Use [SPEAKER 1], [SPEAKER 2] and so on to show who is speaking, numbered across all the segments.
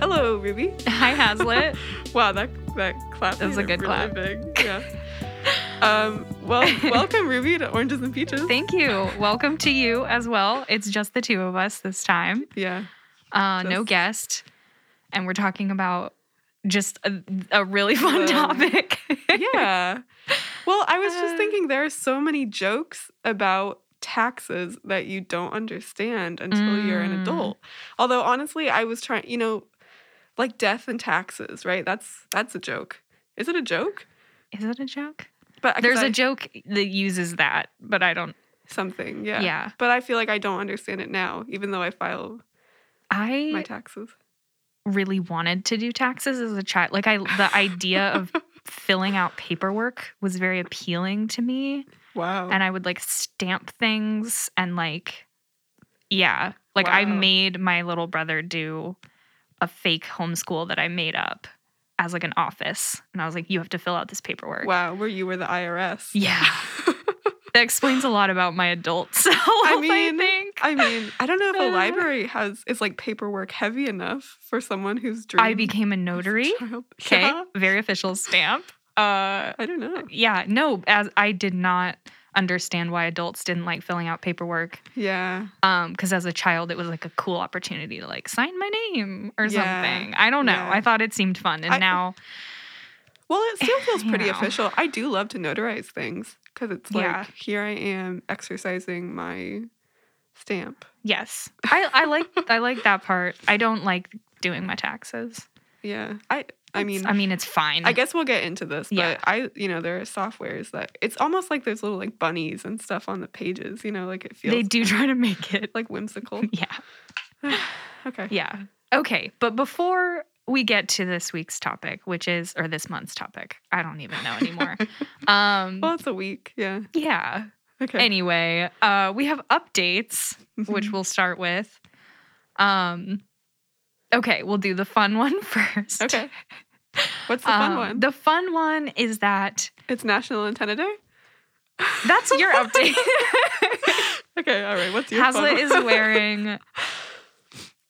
[SPEAKER 1] Hello, Ruby.
[SPEAKER 2] Hi, Hazlitt.
[SPEAKER 1] Wow, that that clap
[SPEAKER 2] That was
[SPEAKER 1] made
[SPEAKER 2] a good
[SPEAKER 1] really
[SPEAKER 2] clap.
[SPEAKER 1] Big. Yeah. um. Well, welcome, Ruby, to Oranges and Peaches.
[SPEAKER 2] Thank you. Welcome to you as well. It's just the two of us this time.
[SPEAKER 1] yeah.
[SPEAKER 2] Uh, no
[SPEAKER 1] Just-
[SPEAKER 2] guest. And we're talking about just a, a really fun
[SPEAKER 1] Um,
[SPEAKER 2] topic.
[SPEAKER 1] Yeah. Well, I was just
[SPEAKER 2] Uh.
[SPEAKER 1] thinking there are so many jokes about taxes that you don't understand until you're an
[SPEAKER 2] Mm.
[SPEAKER 1] adult. Although honestly, I was trying, you know, like death and taxes, right? That's that's a joke. Is it a joke?
[SPEAKER 2] Is it a joke?
[SPEAKER 1] But 'cause
[SPEAKER 2] There's
[SPEAKER 1] I-
[SPEAKER 2] a joke that uses that, but I don't.
[SPEAKER 1] something,
[SPEAKER 2] Yeah.
[SPEAKER 1] yeah. But I feel like I don't understand it now, even though I file
[SPEAKER 2] I
[SPEAKER 1] my taxes.
[SPEAKER 2] really wanted to do taxes as a child. Like I the idea of filling out paperwork was very appealing to me
[SPEAKER 1] Wow.
[SPEAKER 2] and I would like stamp things and like yeah, like I
[SPEAKER 1] Wow.
[SPEAKER 2] made my little brother do a fake homeschool that I made up as like an office and I was like you have to fill out this paperwork.
[SPEAKER 1] wow, where you were the IRS.
[SPEAKER 2] Yeah. that explains a lot about my adult self. I
[SPEAKER 1] mean,
[SPEAKER 2] think.
[SPEAKER 1] I mean, I don't know if
[SPEAKER 2] Uh.
[SPEAKER 1] a library has is like paperwork heavy enough for someone who's dream.
[SPEAKER 2] I became a notary. Okay. Very official stamp. Uh
[SPEAKER 1] I don't know.
[SPEAKER 2] yeah, no, as I did not understand why adults didn't like filling out paperwork.
[SPEAKER 1] Yeah.
[SPEAKER 2] Um, because as a child, it was like a cool opportunity to like sign my name or
[SPEAKER 1] Yeah,
[SPEAKER 2] something. I don't know.
[SPEAKER 1] yeah.
[SPEAKER 2] I thought it seemed fun, and
[SPEAKER 1] I-
[SPEAKER 2] now
[SPEAKER 1] Well, it still feels
[SPEAKER 2] You
[SPEAKER 1] pretty
[SPEAKER 2] know.
[SPEAKER 1] official. I do love to notarize things because it's like
[SPEAKER 2] Yeah.
[SPEAKER 1] here I am exercising my stamp.
[SPEAKER 2] yes, I, I like I like that part. I don't like doing my taxes.
[SPEAKER 1] Yeah. I I
[SPEAKER 2] It's-
[SPEAKER 1] mean
[SPEAKER 2] I mean, it's fine.
[SPEAKER 1] I guess we'll get into this, but
[SPEAKER 2] Yeah.
[SPEAKER 1] I, you know, there are softwares that it's almost like there's little like bunnies and stuff on the pages, you know, like it feels
[SPEAKER 2] they do try to make it.
[SPEAKER 1] like whimsical.
[SPEAKER 2] Yeah,
[SPEAKER 1] okay.
[SPEAKER 2] yeah. Okay, but before we get to this week's topic, which is or this month's topic, I don't even know anymore. um,
[SPEAKER 1] Well, it's a week. Yeah.
[SPEAKER 2] yeah.
[SPEAKER 1] Okay.
[SPEAKER 2] Anyway, uh, we have updates,
[SPEAKER 1] Mm-hmm.
[SPEAKER 2] which we'll start with. Um, okay, we'll do the fun one first.
[SPEAKER 1] okay. What's the fun
[SPEAKER 2] Um,
[SPEAKER 1] one?
[SPEAKER 2] The fun one is that
[SPEAKER 1] It's National Antenna Day.
[SPEAKER 2] that's your update.
[SPEAKER 1] Okay. All right. What's your fun
[SPEAKER 2] Hazlitt
[SPEAKER 1] one?
[SPEAKER 2] is wearing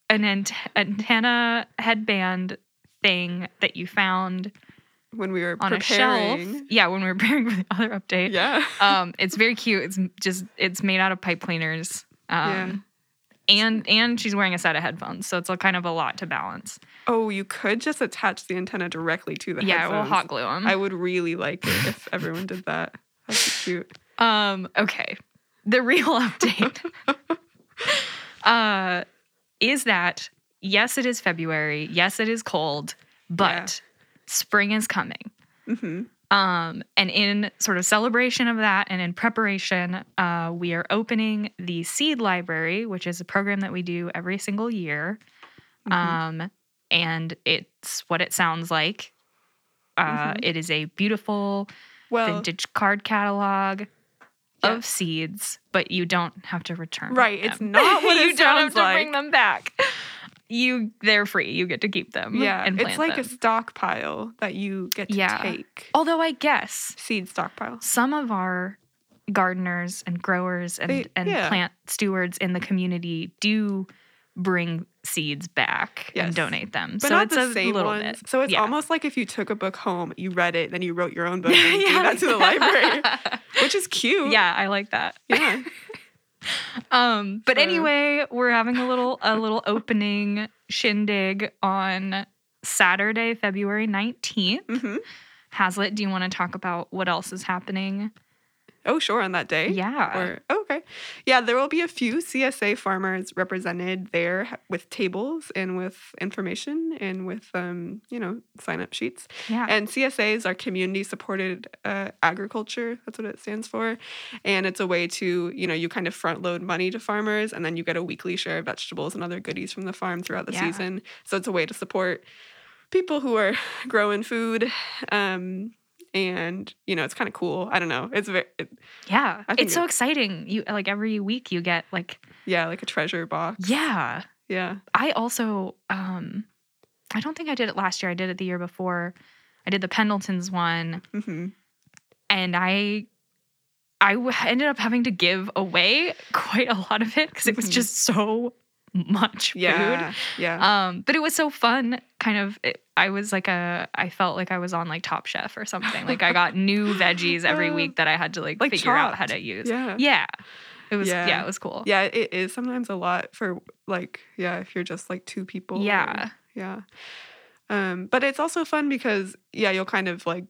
[SPEAKER 2] an ant- antenna headband thing that you found
[SPEAKER 1] when we were
[SPEAKER 2] on a
[SPEAKER 1] preparing.
[SPEAKER 2] shelf. Yeah, when we were preparing for the other update.
[SPEAKER 1] Yeah.
[SPEAKER 2] Um, it's very cute. It's just it's made out of pipe cleaners. Um, And and she's wearing a set of headphones, so it's a kind of a lot to balance.
[SPEAKER 1] Oh, you could just attach the antenna directly to the
[SPEAKER 2] yeah, we'll
[SPEAKER 1] headphones.
[SPEAKER 2] hot glue them.
[SPEAKER 1] I would really like it if everyone did that. That's cute.
[SPEAKER 2] um, okay, the real update uh, is that yes, it is February. Yes, it is cold, but spring is coming.
[SPEAKER 1] hmm
[SPEAKER 2] Um, and in sort of celebration of that and in preparation, uh, we are opening the Seed Library, which is a program that we do every single year.
[SPEAKER 1] Mm-hmm.
[SPEAKER 2] Um, and it's what it sounds like. Uh,
[SPEAKER 1] Mhm.
[SPEAKER 2] it is a beautiful
[SPEAKER 1] Well,
[SPEAKER 2] vintage card catalog
[SPEAKER 1] Oh. Yeah.
[SPEAKER 2] of seeds, but you don't have to return.
[SPEAKER 1] Right, it's
[SPEAKER 2] them.
[SPEAKER 1] not what
[SPEAKER 2] you
[SPEAKER 1] it
[SPEAKER 2] don't have
[SPEAKER 1] sounds
[SPEAKER 2] to bring
[SPEAKER 1] like.
[SPEAKER 2] them back. You they're free. You get to keep them.
[SPEAKER 1] yeah,
[SPEAKER 2] and
[SPEAKER 1] it's
[SPEAKER 2] plant
[SPEAKER 1] like a
[SPEAKER 2] them.
[SPEAKER 1] stockpile that you get to
[SPEAKER 2] Yeah.
[SPEAKER 1] take.
[SPEAKER 2] although I guess
[SPEAKER 1] Seed stockpile.
[SPEAKER 2] some of our gardeners and growers and,
[SPEAKER 1] They-
[SPEAKER 2] and
[SPEAKER 1] yeah.
[SPEAKER 2] plant stewards in the community do bring seeds back and
[SPEAKER 1] Yes.
[SPEAKER 2] donate them.
[SPEAKER 1] But
[SPEAKER 2] so
[SPEAKER 1] not
[SPEAKER 2] it's
[SPEAKER 1] the
[SPEAKER 2] a
[SPEAKER 1] same
[SPEAKER 2] little
[SPEAKER 1] ones.
[SPEAKER 2] bit.
[SPEAKER 1] So it's
[SPEAKER 2] yeah.
[SPEAKER 1] almost like if you took a book home, you read it, then you wrote your own book and you gave that to the library, which is cute.
[SPEAKER 2] yeah, I like that.
[SPEAKER 1] Yeah.
[SPEAKER 2] Um, but
[SPEAKER 1] So-
[SPEAKER 2] anyway, we're having a little a little opening shindig on Saturday, February 19th.
[SPEAKER 1] hmm
[SPEAKER 2] Hazlitt, do you want to talk about what else is happening?
[SPEAKER 1] Oh, sure. On that day.
[SPEAKER 2] Yeah.
[SPEAKER 1] Or, oh, okay. Yeah, there will be a few CSA farmers represented there h- with tables and with information and with, um, you know, sign up sheets.
[SPEAKER 2] yeah.
[SPEAKER 1] And CSAs are community supported uh, agriculture. That's what it stands for. And it's a way to, you know, you kind of front load money to farmers and then you get a weekly share of vegetables and other goodies from the farm throughout the
[SPEAKER 2] Yeah.
[SPEAKER 1] season. So it's a way to support people who are growing food. Um, and you know it's kind of cool. I don't know. It's very it,
[SPEAKER 2] yeah.
[SPEAKER 1] I think
[SPEAKER 2] It's so
[SPEAKER 1] it-
[SPEAKER 2] exciting. You like every week you get like
[SPEAKER 1] yeah, like a treasure box.
[SPEAKER 2] yeah.
[SPEAKER 1] Yeah.
[SPEAKER 2] I also um I don't think I did it last year. I did it the year before. I did the Pendletons one
[SPEAKER 1] Mm-hmm.
[SPEAKER 2] and I I w- ended up having to give away quite a lot of it cuz it was
[SPEAKER 1] Mhm.
[SPEAKER 2] just so much food.
[SPEAKER 1] Yeah. Yeah.
[SPEAKER 2] Um, but it was so fun. Kind of, it, I was like a, I felt like I was on like Top Chef or something. Like I got new veggies every
[SPEAKER 1] Uh,
[SPEAKER 2] week that I had to like,
[SPEAKER 1] like
[SPEAKER 2] figure out how
[SPEAKER 1] Chopped.
[SPEAKER 2] to use.
[SPEAKER 1] yeah.
[SPEAKER 2] Yeah. It was, yeah,
[SPEAKER 1] Yeah.
[SPEAKER 2] it was cool.
[SPEAKER 1] Yeah, it is sometimes a lot for like yeah, if you're just like two people. or-
[SPEAKER 2] Yeah.
[SPEAKER 1] yeah. Um, but it's also fun because yeah, you'll kind of like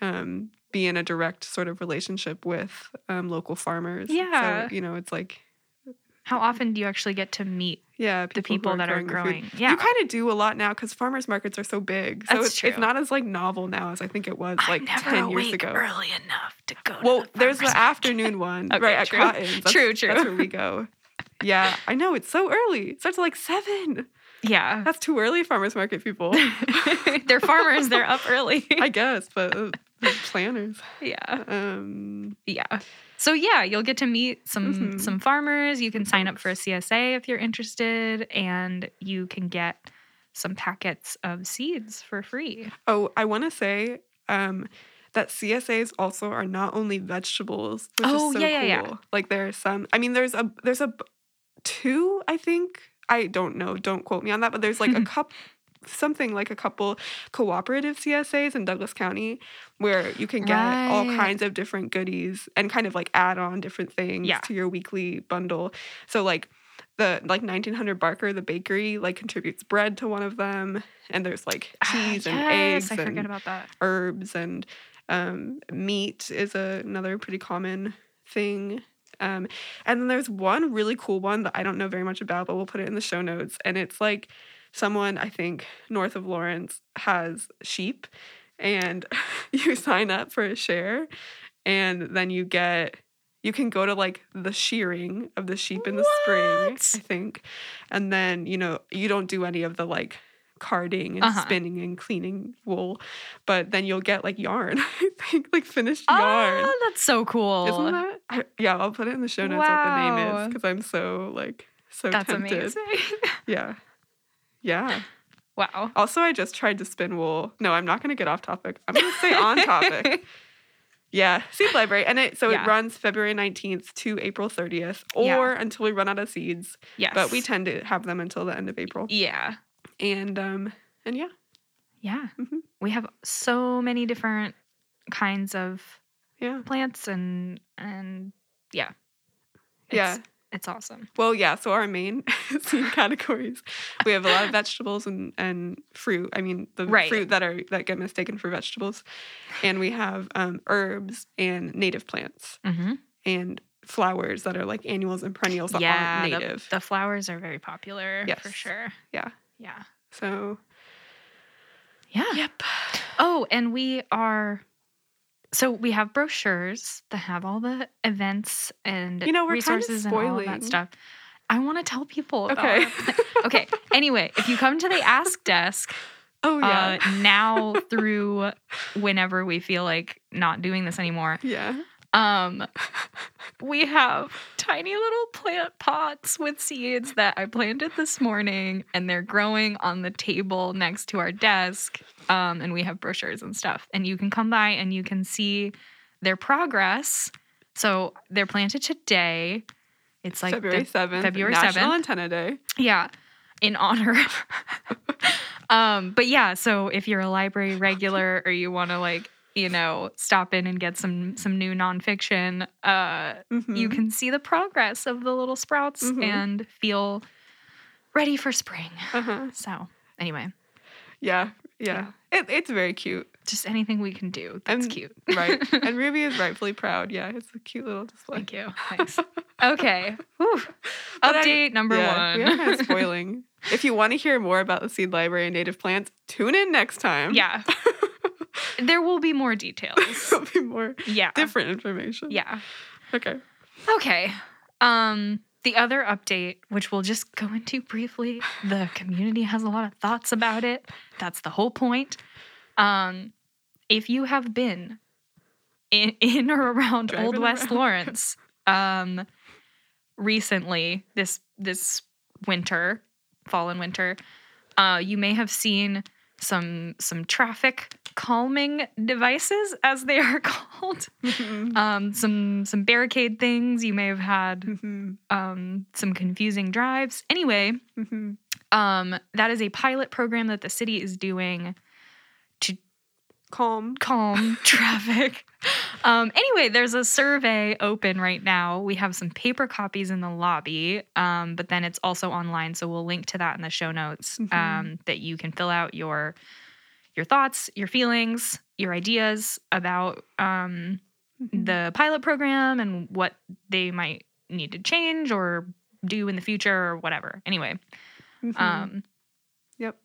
[SPEAKER 1] um be in a direct sort of relationship with um local farmers.
[SPEAKER 2] Yeah.
[SPEAKER 1] So, you know, it's like
[SPEAKER 2] How often do you actually get to meet
[SPEAKER 1] yeah,
[SPEAKER 2] the people
[SPEAKER 1] who
[SPEAKER 2] that are
[SPEAKER 1] the food.
[SPEAKER 2] growing? Yeah.
[SPEAKER 1] You kind of do a lot now because farmers markets are so big. So
[SPEAKER 2] That's
[SPEAKER 1] it's, it's
[SPEAKER 2] true.
[SPEAKER 1] not as like novel now as I think it was
[SPEAKER 2] I'm
[SPEAKER 1] like
[SPEAKER 2] never
[SPEAKER 1] ten years
[SPEAKER 2] awake
[SPEAKER 1] ago.
[SPEAKER 2] Early enough to go.
[SPEAKER 1] Well,
[SPEAKER 2] to the
[SPEAKER 1] there's
[SPEAKER 2] farmer's
[SPEAKER 1] the afternoon one,
[SPEAKER 2] Okay,
[SPEAKER 1] right?
[SPEAKER 2] true.
[SPEAKER 1] At Cotton's. That's,
[SPEAKER 2] True, true.
[SPEAKER 1] That's where we go. Yeah, I know. It's so early. It starts at like seven.
[SPEAKER 2] market. Yeah,
[SPEAKER 1] That's too early, farmers market people.
[SPEAKER 2] they're farmers. They're up early.
[SPEAKER 1] I guess, but uh, they're planners.
[SPEAKER 2] yeah,
[SPEAKER 1] Um,
[SPEAKER 2] yeah. So yeah, you'll get to meet some
[SPEAKER 1] Mhm.
[SPEAKER 2] some farmers. You can sign up for a CSA if you're interested, and you can get some packets of seeds for free.
[SPEAKER 1] oh, I want to say um, that CSAs also are not only vegetables, which
[SPEAKER 2] Oh,
[SPEAKER 1] is so
[SPEAKER 2] yeah, yeah, yeah.
[SPEAKER 1] cool. Like there are some. I mean, there's a there's a b- two. I think I don't know. Don't quote me on that. But there's like a cup. Something like a couple cooperative CSAs in Douglas County where you can get all
[SPEAKER 2] Right.
[SPEAKER 1] kinds of different goodies and kind of like add on different things
[SPEAKER 2] Yeah.
[SPEAKER 1] to your weekly bundle. So like the like 1900 Barker the bakery like contributes bread to one of them and there's like
[SPEAKER 2] Ah,
[SPEAKER 1] cheese and eggs
[SPEAKER 2] yes, I forget
[SPEAKER 1] and
[SPEAKER 2] about that.
[SPEAKER 1] herbs and um, meat is a, another pretty common thing. Um, and then there's one really cool one that I don't know very much about, but we'll put it in the show notes. And it's like someone, I think, north of Lawrence has sheep, and you sign up for a share, and then you get. You can go to like the shearing of the sheep in the
[SPEAKER 2] What?
[SPEAKER 1] spring, I think. And then, you know, you don't do any of the like carding and
[SPEAKER 2] Uh-huh.
[SPEAKER 1] spinning and cleaning wool but then you'll get like yarn, I think, like finished yarn.
[SPEAKER 2] Oh, that's so cool.
[SPEAKER 1] Isn't that? I, yeah, I'll put it in the show notes what the name
[SPEAKER 2] Wow.
[SPEAKER 1] is because I'm so like so
[SPEAKER 2] that's
[SPEAKER 1] tempted.
[SPEAKER 2] amazing.
[SPEAKER 1] Yeah, yeah.
[SPEAKER 2] wow.
[SPEAKER 1] Also, I just tried to spin wool. No, I'm not going to get off topic. I'm going to stay on topic. Yeah, seed library, and it so
[SPEAKER 2] Yeah.
[SPEAKER 1] it runs February 19th to April 30th, or
[SPEAKER 2] Yeah.
[SPEAKER 1] until we run out of seeds.
[SPEAKER 2] Yes. E-,
[SPEAKER 1] But we tend to have them until the end of April,
[SPEAKER 2] yeah.
[SPEAKER 1] and um, and yeah,
[SPEAKER 2] Yeah.
[SPEAKER 1] Mhm.
[SPEAKER 2] We have so many different kinds of
[SPEAKER 1] yeah,
[SPEAKER 2] plants and and yeah.
[SPEAKER 1] yeah.
[SPEAKER 2] It's awesome.
[SPEAKER 1] Well, yeah. So our main seed categories, we have a lot of vegetables and, and fruit. I mean, the
[SPEAKER 2] Right.
[SPEAKER 1] fruit that are that get mistaken for vegetables, and we have um, herbs and native plants
[SPEAKER 2] Mm-hmm.
[SPEAKER 1] and flowers that are like annuals and perennials that
[SPEAKER 2] Yeah.
[SPEAKER 1] aren't
[SPEAKER 2] the-
[SPEAKER 1] native.
[SPEAKER 2] The, flowers are very popular for
[SPEAKER 1] Yes.
[SPEAKER 2] sure.
[SPEAKER 1] Yeah.
[SPEAKER 2] Yeah.
[SPEAKER 1] so
[SPEAKER 2] Yeah.
[SPEAKER 1] yep,
[SPEAKER 2] Oh, and we are so we have brochures that have all the events and
[SPEAKER 1] You know, we're kinda
[SPEAKER 2] resources and all of
[SPEAKER 1] spoiling.
[SPEAKER 2] that stuff. I want to tell people about
[SPEAKER 1] Okay.
[SPEAKER 2] our pla- okay. Anyway, if you come to the ask desk,
[SPEAKER 1] oh yeah,
[SPEAKER 2] uh, now through whenever we feel like not doing this anymore.
[SPEAKER 1] yeah,
[SPEAKER 2] Um, we have tiny little plant pots with seeds that I planted this morning, and they're growing on the table next to our desk. Um, and we have brochures and stuff, and you can come by and you can see their progress. So they're planted today. It's like the-
[SPEAKER 1] February seventh,
[SPEAKER 2] February
[SPEAKER 1] National
[SPEAKER 2] 7th.
[SPEAKER 1] Antenna Day.
[SPEAKER 2] yeah, in honor. um, but yeah, so if you're a library regular or you want to like, you know, stop in and get some some new nonfiction, uh, you
[SPEAKER 1] Mhm.
[SPEAKER 2] can see the progress of the little sprouts
[SPEAKER 1] Mhm.
[SPEAKER 2] and feel ready for spring.
[SPEAKER 1] uh-huh.
[SPEAKER 2] So anyway,
[SPEAKER 1] yeah, yeah. It, it's very cute,
[SPEAKER 2] just anything we can do that's
[SPEAKER 1] And-
[SPEAKER 2] cute.
[SPEAKER 1] right? and Ruby is rightfully proud. Yeah, it's a cute little display.
[SPEAKER 2] Thank you. Thanks. Okay. Whew.
[SPEAKER 1] But I-
[SPEAKER 2] Update number
[SPEAKER 1] Yeah, We are
[SPEAKER 2] one.
[SPEAKER 1] kind of spoiling. if you want to hear more about the seed library and native plants, tune in next time.
[SPEAKER 2] yeah. there will be more details.
[SPEAKER 1] There'll be more
[SPEAKER 2] Yeah.
[SPEAKER 1] different information.
[SPEAKER 2] Yeah.
[SPEAKER 1] Okay.
[SPEAKER 2] Okay. Um the other update, which we'll just go into briefly, the community has a lot of thoughts about it. That's the whole point. Um if you have been in, in or around
[SPEAKER 1] Driving
[SPEAKER 2] Old West
[SPEAKER 1] around.
[SPEAKER 2] Lawrence um recently this this winter, fall and winter, uh you may have seen some some traffic calming devices as they are called.
[SPEAKER 1] Mhm.
[SPEAKER 2] Um, some some barricade things. You may have had
[SPEAKER 1] Mhm.
[SPEAKER 2] um, some confusing drives. Anyway,
[SPEAKER 1] Mhm.
[SPEAKER 2] um, that is a pilot program that the city is doing
[SPEAKER 1] Calm.
[SPEAKER 2] calm traffic. Um, anyway, there's a survey open right now. We have some paper copies in the lobby, um, but then it's also online, so we'll link to that in the show notes
[SPEAKER 1] Mhm.
[SPEAKER 2] um, that you can fill out your your thoughts, your feelings, your ideas about um,
[SPEAKER 1] Mhm.
[SPEAKER 2] the pilot program and what they might need to change or do in the future or whatever. Anyway,
[SPEAKER 1] Mhm.
[SPEAKER 2] um,
[SPEAKER 1] Yep.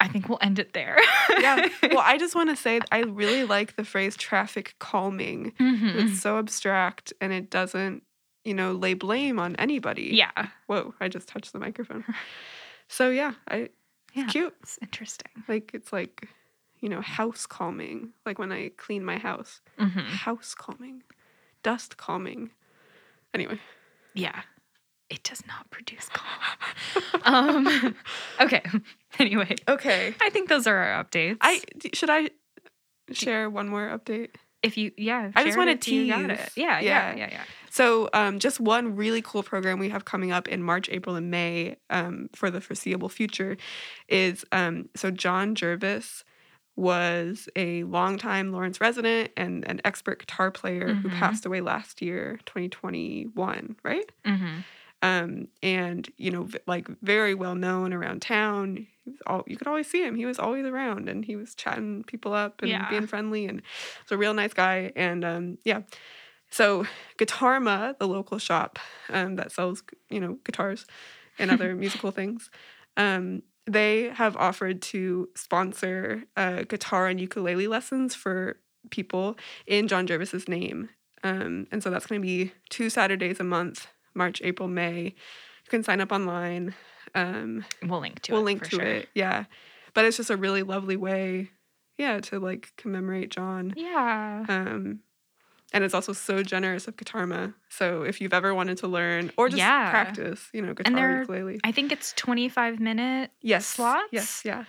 [SPEAKER 2] I think we'll end it there.
[SPEAKER 1] yeah. Well, I just want to say I really like the phrase traffic calming.
[SPEAKER 2] Mhm.
[SPEAKER 1] It's so abstract and it doesn't, you know, lay blame on anybody.
[SPEAKER 2] Yeah,
[SPEAKER 1] Whoa, I just touched the microphone. So yeah, I
[SPEAKER 2] Yeah.
[SPEAKER 1] it's cute.
[SPEAKER 2] it's interesting.
[SPEAKER 1] Like it's like, you know, house calming. Like when I clean my house.
[SPEAKER 2] Mhm.
[SPEAKER 1] House calming. Dust calming. Anyway.
[SPEAKER 2] Yeah. It does not produce calm. um, okay. Anyway,
[SPEAKER 1] Okay.
[SPEAKER 2] I think those are our updates.
[SPEAKER 1] I d- should I share one more update?
[SPEAKER 2] if you
[SPEAKER 1] I
[SPEAKER 2] yeah,
[SPEAKER 1] just
[SPEAKER 2] share it
[SPEAKER 1] wanna
[SPEAKER 2] if you got
[SPEAKER 1] tease.
[SPEAKER 2] it. Yeah, yeah,
[SPEAKER 1] Yeah.
[SPEAKER 2] yeah, yeah.
[SPEAKER 1] So, um, just one really cool program we have coming up in March, April, and May um, for the foreseeable future is um, so John Jervis was a longtime Lawrence resident and an expert guitar player who
[SPEAKER 2] Mhm.
[SPEAKER 1] passed away last year, 2021, right?
[SPEAKER 2] Mm-hmm.
[SPEAKER 1] um, and you know, v- like very well known around town. He was all, you could always see him. He was always around, and he was chatting people up and
[SPEAKER 2] Yeah.
[SPEAKER 1] being friendly, and was a real nice guy. And um, yeah, so Guitarma, the local shop um, that sells you know guitars and other musical things, um, they have offered to sponsor uh, guitar and ukulele lessons for people in John Jervis's name. Um, and so that's going to be two Saturdays a month, March, April, May. You can sign up online. Um,
[SPEAKER 2] We'll link to
[SPEAKER 1] we'll
[SPEAKER 2] it.
[SPEAKER 1] link
[SPEAKER 2] for
[SPEAKER 1] to
[SPEAKER 2] sure.
[SPEAKER 1] it. Yeah. But it's just a really lovely way, yeah, to like commemorate John.
[SPEAKER 2] Yeah.
[SPEAKER 1] Um, and it's also so generous of Guitarma. So if you've ever wanted to learn or just
[SPEAKER 2] Yeah.
[SPEAKER 1] practice, you know, guitar
[SPEAKER 2] they're-
[SPEAKER 1] ukulele.
[SPEAKER 2] I think it's 25 minute.
[SPEAKER 1] Yes.
[SPEAKER 2] slots?
[SPEAKER 1] Yes. Yeah.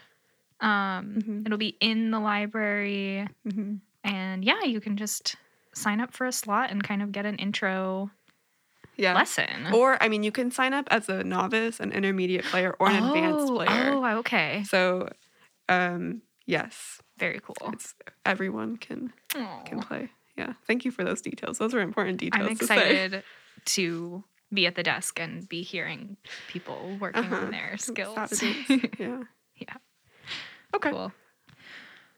[SPEAKER 2] Um,
[SPEAKER 1] Mhm.
[SPEAKER 2] It'll be in the library.
[SPEAKER 1] hmm
[SPEAKER 2] And yeah, you can just sign up for a slot and kind of get an intro
[SPEAKER 1] Yeah.
[SPEAKER 2] lesson.
[SPEAKER 1] Or I mean, you can sign up as a novice, an intermediate player, or an advanced
[SPEAKER 2] Oh,
[SPEAKER 1] player.
[SPEAKER 2] Oh, okay.
[SPEAKER 1] So, um, yes,
[SPEAKER 2] Very cool.
[SPEAKER 1] it's everyone can can
[SPEAKER 2] Aw.
[SPEAKER 1] play. Yeah, thank you for those details. Those are important details.
[SPEAKER 2] I'm
[SPEAKER 1] to say.
[SPEAKER 2] excited to be at the desk and be hearing people working
[SPEAKER 1] Uh-huh.
[SPEAKER 2] on their skills.
[SPEAKER 1] Saturdays. yeah.
[SPEAKER 2] Yeah.
[SPEAKER 1] Okay.
[SPEAKER 2] cool.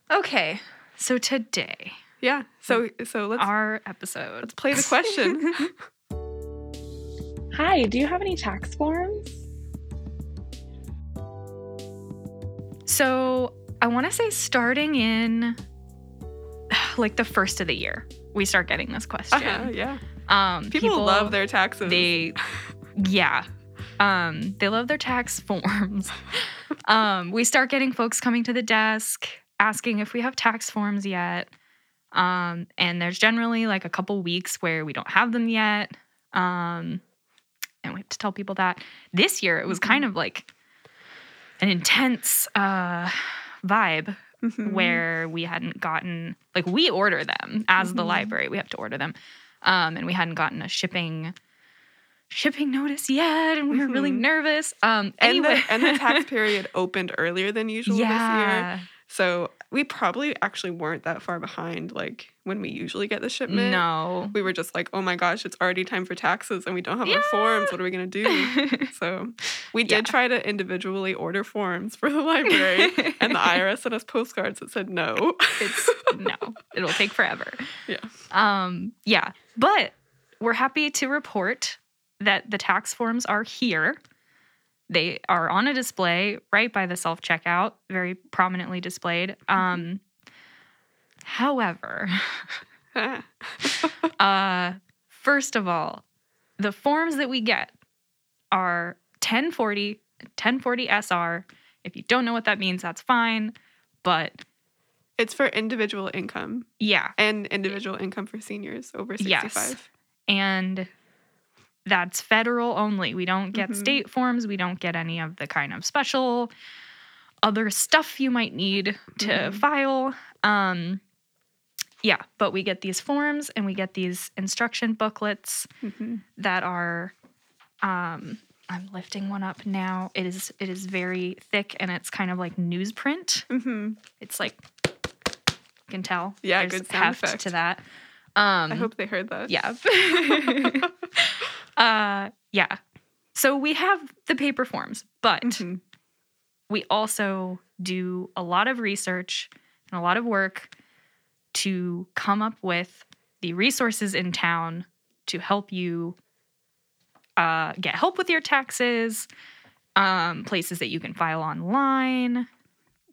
[SPEAKER 2] Okay, so today
[SPEAKER 1] Yeah. So so let's
[SPEAKER 2] our episode.
[SPEAKER 1] let's play the question.
[SPEAKER 3] Hi, do you have any tax forms?
[SPEAKER 2] so I want to say starting in like the first of the year, we start getting this question.
[SPEAKER 1] uh yeah.
[SPEAKER 2] Um,
[SPEAKER 1] People, love their taxes.
[SPEAKER 2] They, yeah, um, they love their tax forms. um, we start getting folks coming to the desk asking if we have tax forms yet. Um, and there's generally like a couple weeks where we don't have them yet. Um, and we have to tell people that this year it was kind of like an intense uh, vibe
[SPEAKER 1] Mhm.
[SPEAKER 2] where we hadn't gotten like we order them as the
[SPEAKER 1] Mhm.
[SPEAKER 2] library we have to order them um and we hadn't gotten a shipping shipping notice yet and we were really
[SPEAKER 1] Mhm.
[SPEAKER 2] nervous um
[SPEAKER 1] and
[SPEAKER 2] anyway
[SPEAKER 1] the and the tax period opened earlier than usual this year.
[SPEAKER 2] yeah
[SPEAKER 1] So we probably actually weren't that far behind like when we usually get the shipment.
[SPEAKER 2] no
[SPEAKER 1] We were just like, oh my gosh, it's already time for taxes and we don't have
[SPEAKER 2] Yeah.
[SPEAKER 1] our forms. What are we gonna do? So we did
[SPEAKER 2] Yeah.
[SPEAKER 1] try to individually order forms for the library. and the IRS sent us postcards that said no.
[SPEAKER 2] it's no it'll take forever
[SPEAKER 1] Yeah.
[SPEAKER 2] um yeah but we're happy to report that the tax forms are here they are on a display right by the self checkout very prominently displayed um however uh first of all the forms that we get are 1040 1040 sr if you don't know what that means that's fine but
[SPEAKER 1] it's for individual income
[SPEAKER 2] yeah
[SPEAKER 1] and individual income for seniors over 65.
[SPEAKER 2] Yes. and that's federal only. We don't get
[SPEAKER 1] Mhm.
[SPEAKER 2] state forms. We don't get any of the kind of special other stuff you might need to
[SPEAKER 1] Mhm.
[SPEAKER 2] file. Um, yeah, but we get these forms and we get these instruction booklets
[SPEAKER 1] Mhm.
[SPEAKER 2] that are um I'm lifting one up now. It is it is very thick and it's kind of like newsprint.
[SPEAKER 1] Mhm.
[SPEAKER 2] It's like you can tell.
[SPEAKER 1] Yeah,
[SPEAKER 2] there's
[SPEAKER 1] good sound
[SPEAKER 2] heft
[SPEAKER 1] effect.
[SPEAKER 2] to that. Um
[SPEAKER 1] I hope they heard that.
[SPEAKER 2] yeah. uh yeah. So we have the paper forms, but
[SPEAKER 1] Mhm.
[SPEAKER 2] we also do a lot of research and a lot of work to come up with the resources in town to help you uh, get help with your taxes, um, places that you can file online.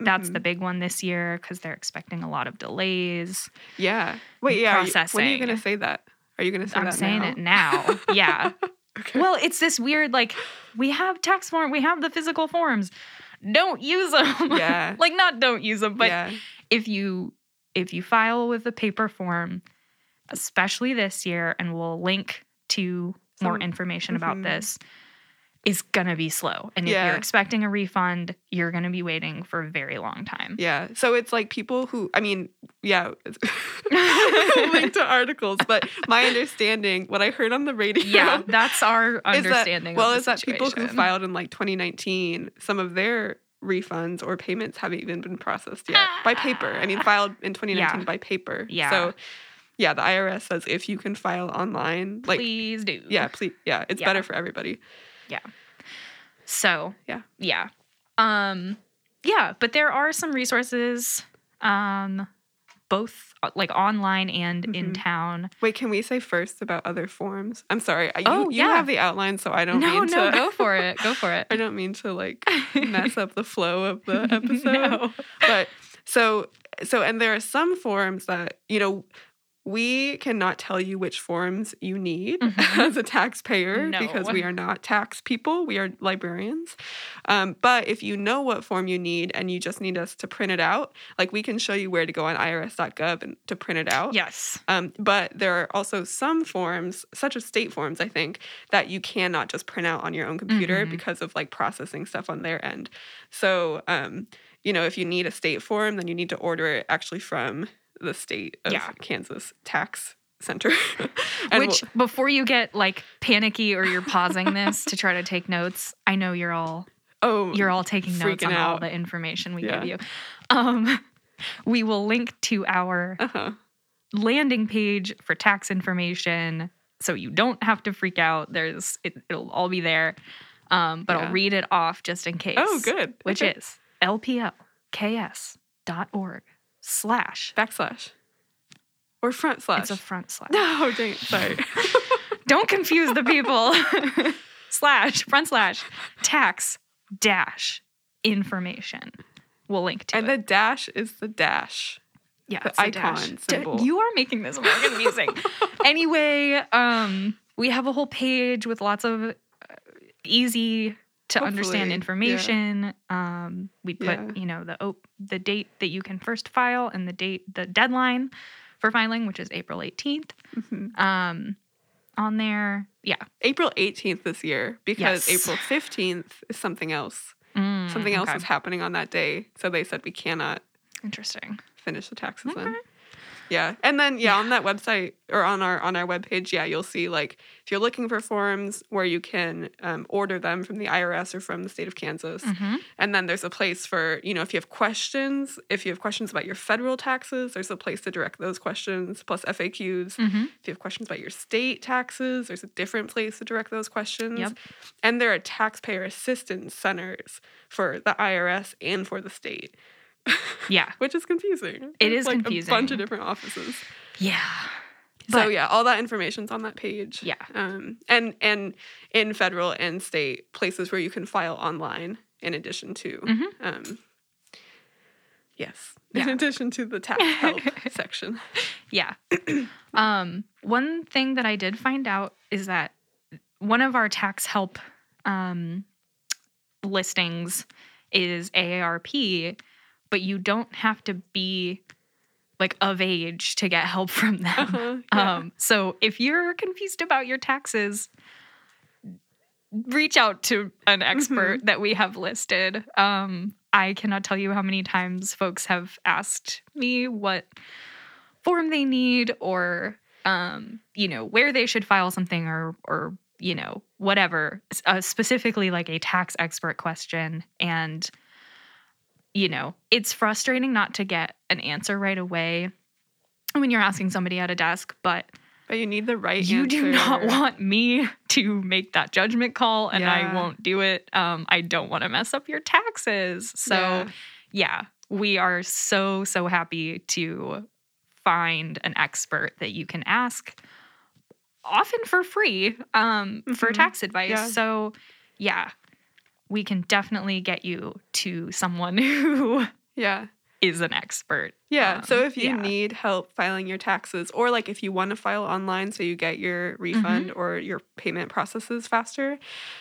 [SPEAKER 2] That's the
[SPEAKER 1] Mhm.
[SPEAKER 2] big one this year because they're expecting a lot of delays.
[SPEAKER 1] Mm-hmm. Yeah. Wait, yeah. are you- When are you
[SPEAKER 2] processing.
[SPEAKER 1] going to say that? Are you going to say
[SPEAKER 2] I'm
[SPEAKER 1] that
[SPEAKER 2] saying
[SPEAKER 1] now?
[SPEAKER 2] it now. yeah.
[SPEAKER 1] Okay.
[SPEAKER 2] Well, it's this weird like we have tax form, we have the physical forms. Don't use them.
[SPEAKER 1] Yeah.
[SPEAKER 2] like not don't use them, but
[SPEAKER 1] yeah.
[SPEAKER 2] if you if you file with a paper form especially this year and we'll link to more
[SPEAKER 1] Some-
[SPEAKER 2] information
[SPEAKER 1] mhm.
[SPEAKER 2] about this is going to be slow and if
[SPEAKER 1] Yeah.
[SPEAKER 2] you're expecting a refund you're going to be waiting for a very long time
[SPEAKER 1] Yeah. So it's like people who, I mean, yeah, link to articles, but my understanding, what I heard on the radio.
[SPEAKER 2] yeah that's our
[SPEAKER 1] Is that-
[SPEAKER 2] understanding
[SPEAKER 1] well,
[SPEAKER 2] of
[SPEAKER 1] is
[SPEAKER 2] the
[SPEAKER 1] that people who
[SPEAKER 2] situation.
[SPEAKER 1] filed in like 2019, some of their refunds or payments haven't even been processed yet by paper. I mean, filed in 2019
[SPEAKER 2] Yeah.
[SPEAKER 1] by paper.
[SPEAKER 2] Yeah.
[SPEAKER 1] So, yeah, the IRS says if you can file online, like,
[SPEAKER 2] please do
[SPEAKER 1] yeah, please, yeah, it's
[SPEAKER 2] Yeah.
[SPEAKER 1] better for everybody.
[SPEAKER 2] So
[SPEAKER 1] Yeah.
[SPEAKER 2] yeah, um, yeah. But there are some resources, um, both uh, like online and in
[SPEAKER 1] Mhm.
[SPEAKER 2] town.
[SPEAKER 1] Wait, can we say first about other forms? I'm sorry, I- you,
[SPEAKER 2] Oh,
[SPEAKER 1] you
[SPEAKER 2] yeah.
[SPEAKER 1] have the outline, so I don't
[SPEAKER 2] no,
[SPEAKER 1] mean
[SPEAKER 2] no,
[SPEAKER 1] to.
[SPEAKER 2] go for it, go for it.
[SPEAKER 1] I don't mean to like mess up the flow of the episode.
[SPEAKER 2] No.
[SPEAKER 1] But so so and there are some forms that, you know, we cannot tell you which forms you need
[SPEAKER 2] Mhm.
[SPEAKER 1] as a taxpayer
[SPEAKER 2] No.
[SPEAKER 1] because we are not tax people. We are librarians. Um, but if you know what form you need and you just need us to print it out, like we can show you where to go on irs.gov and to print it out.
[SPEAKER 2] Yes.
[SPEAKER 1] Um, but there are also some forms, such as state forms, I think, that you cannot just print out on your own computer
[SPEAKER 2] Mhm.
[SPEAKER 1] because of like processing stuff on their end. So, um, you know, if you need a state form, then you need to order it actually from the state of
[SPEAKER 2] Yeah.
[SPEAKER 1] Kansas tax center. And
[SPEAKER 2] Which before you get like panicky or you're pausing this to try to take notes, I know you're all
[SPEAKER 1] we'll- oh,
[SPEAKER 2] you're all taking notes
[SPEAKER 1] Freaking
[SPEAKER 2] on all
[SPEAKER 1] out.
[SPEAKER 2] the information we
[SPEAKER 1] Yeah.
[SPEAKER 2] give you. Um, we will link to our
[SPEAKER 1] uh-huh.
[SPEAKER 2] landing page for tax information so you don't have to freak out there's it, it'll all be there um, but
[SPEAKER 1] Yeah.
[SPEAKER 2] i'll read it off just in case
[SPEAKER 1] oh, good.
[SPEAKER 2] which
[SPEAKER 1] Okay.
[SPEAKER 2] is lplks.org slash
[SPEAKER 1] backslash or front slash.
[SPEAKER 2] it's a front slash
[SPEAKER 1] no, dang it. Sorry.
[SPEAKER 2] don't confuse the people slash front slash tax dash information we'll link to
[SPEAKER 1] and
[SPEAKER 2] it
[SPEAKER 1] the dash is the dash.
[SPEAKER 2] yeah
[SPEAKER 1] the
[SPEAKER 2] it's a dash.
[SPEAKER 1] icon
[SPEAKER 2] D-
[SPEAKER 1] symbol.
[SPEAKER 2] you are making this more confusing anyway, um, we have a whole page with lots of uh, easy to
[SPEAKER 1] Hopefully,
[SPEAKER 2] understand
[SPEAKER 1] yeah.
[SPEAKER 2] information. Um, we put
[SPEAKER 1] Yeah.
[SPEAKER 2] you know the op- the date that you can first file and the date the deadline for filing, which is April eighteenth.
[SPEAKER 1] Mhm.
[SPEAKER 2] Um, on there, yeah,
[SPEAKER 1] April 18th this year because
[SPEAKER 2] Yes.
[SPEAKER 1] April 15th is something else.
[SPEAKER 2] Mm,
[SPEAKER 1] Something else
[SPEAKER 2] okay.
[SPEAKER 1] is happening on that day. So they said we cannot
[SPEAKER 2] interesting.
[SPEAKER 1] finish the taxes
[SPEAKER 2] Okay.
[SPEAKER 1] then. Yeah. And then yeah, on that website or on our on our webpage, yeah, you'll see like if you're looking for forms where you can um, order them from the IRS or from the state of Kansas.
[SPEAKER 2] Mhm.
[SPEAKER 1] And then there's a place for, you know, if you have questions, if you have questions about your federal taxes, there's a place to direct those questions, plus FAQs.
[SPEAKER 2] Mhm.
[SPEAKER 1] If you have questions about your state taxes, there's a different place to direct those questions.
[SPEAKER 2] Yep.
[SPEAKER 1] And there are taxpayer assistance centers for the IRS and for the state,
[SPEAKER 2] Yeah,
[SPEAKER 1] which is confusing.
[SPEAKER 2] It
[SPEAKER 1] There's,
[SPEAKER 2] is
[SPEAKER 1] like A bunch
[SPEAKER 2] confusing.
[SPEAKER 1] of different offices.
[SPEAKER 2] yeah.
[SPEAKER 1] so
[SPEAKER 2] But-
[SPEAKER 1] yeah, all that information's on that page.
[SPEAKER 2] Yeah.
[SPEAKER 1] Um, and and in federal and state places where you can file online in addition to
[SPEAKER 2] Mhm.
[SPEAKER 1] um, yes, in
[SPEAKER 2] Yeah.
[SPEAKER 1] addition to the tax help section.
[SPEAKER 2] Yeah. um, one thing that I did find out is that one of our tax help um, listings is AARP, but you don't have to be like of age to get help from them.
[SPEAKER 1] Uh-huh, yeah.
[SPEAKER 2] Um, so if you're confused about your taxes, reach out to an expert that we have listed. Um, I cannot tell you how many times folks have asked me what form they need or um, you know where they should file something or or you know whatever s- uh, specifically like a tax expert question and you know it's frustrating not to get an answer right away when you're asking somebody at a desk but
[SPEAKER 1] But you need the right
[SPEAKER 2] you do not
[SPEAKER 1] answer.
[SPEAKER 2] want me to make that judgment call and
[SPEAKER 1] Yeah.
[SPEAKER 2] i won't do it um, i don't want to mess up your taxes so
[SPEAKER 1] Yeah.
[SPEAKER 2] yeah we are so so happy to find an expert that you can ask often for free um, for
[SPEAKER 1] Mhm.
[SPEAKER 2] tax advice
[SPEAKER 1] Yeah.
[SPEAKER 2] so yeah we can definitely get you to someone who
[SPEAKER 1] Yeah.
[SPEAKER 2] is an expert
[SPEAKER 1] Yeah.
[SPEAKER 2] Um,
[SPEAKER 1] so if you
[SPEAKER 2] yeah.
[SPEAKER 1] need help filing your taxes, or like if you want to file online so you get your refund
[SPEAKER 2] Mm-hmm.
[SPEAKER 1] or your payment processes faster,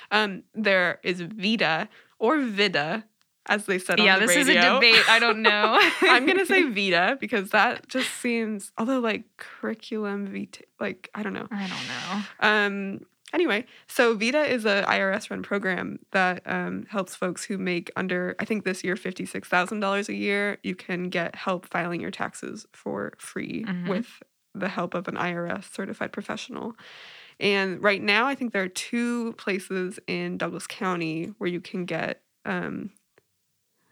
[SPEAKER 1] um, there is Vita or Vida, as they said
[SPEAKER 2] yeah
[SPEAKER 1] on the
[SPEAKER 2] this
[SPEAKER 1] radio.
[SPEAKER 2] is a debate i don't know
[SPEAKER 1] I'm gonna say Vita because that just seems, although like curriculum vitae, like I don't know.
[SPEAKER 2] i don't know
[SPEAKER 1] Um, anyway, so Vita is a IRS run program that um, helps folks who make under, I think this year, $56,000 a year. You can get help filing your taxes for free
[SPEAKER 2] Mhm.
[SPEAKER 1] with the help of an IRS certified professional. And right now, I think there are two places in Douglas County where you can get um,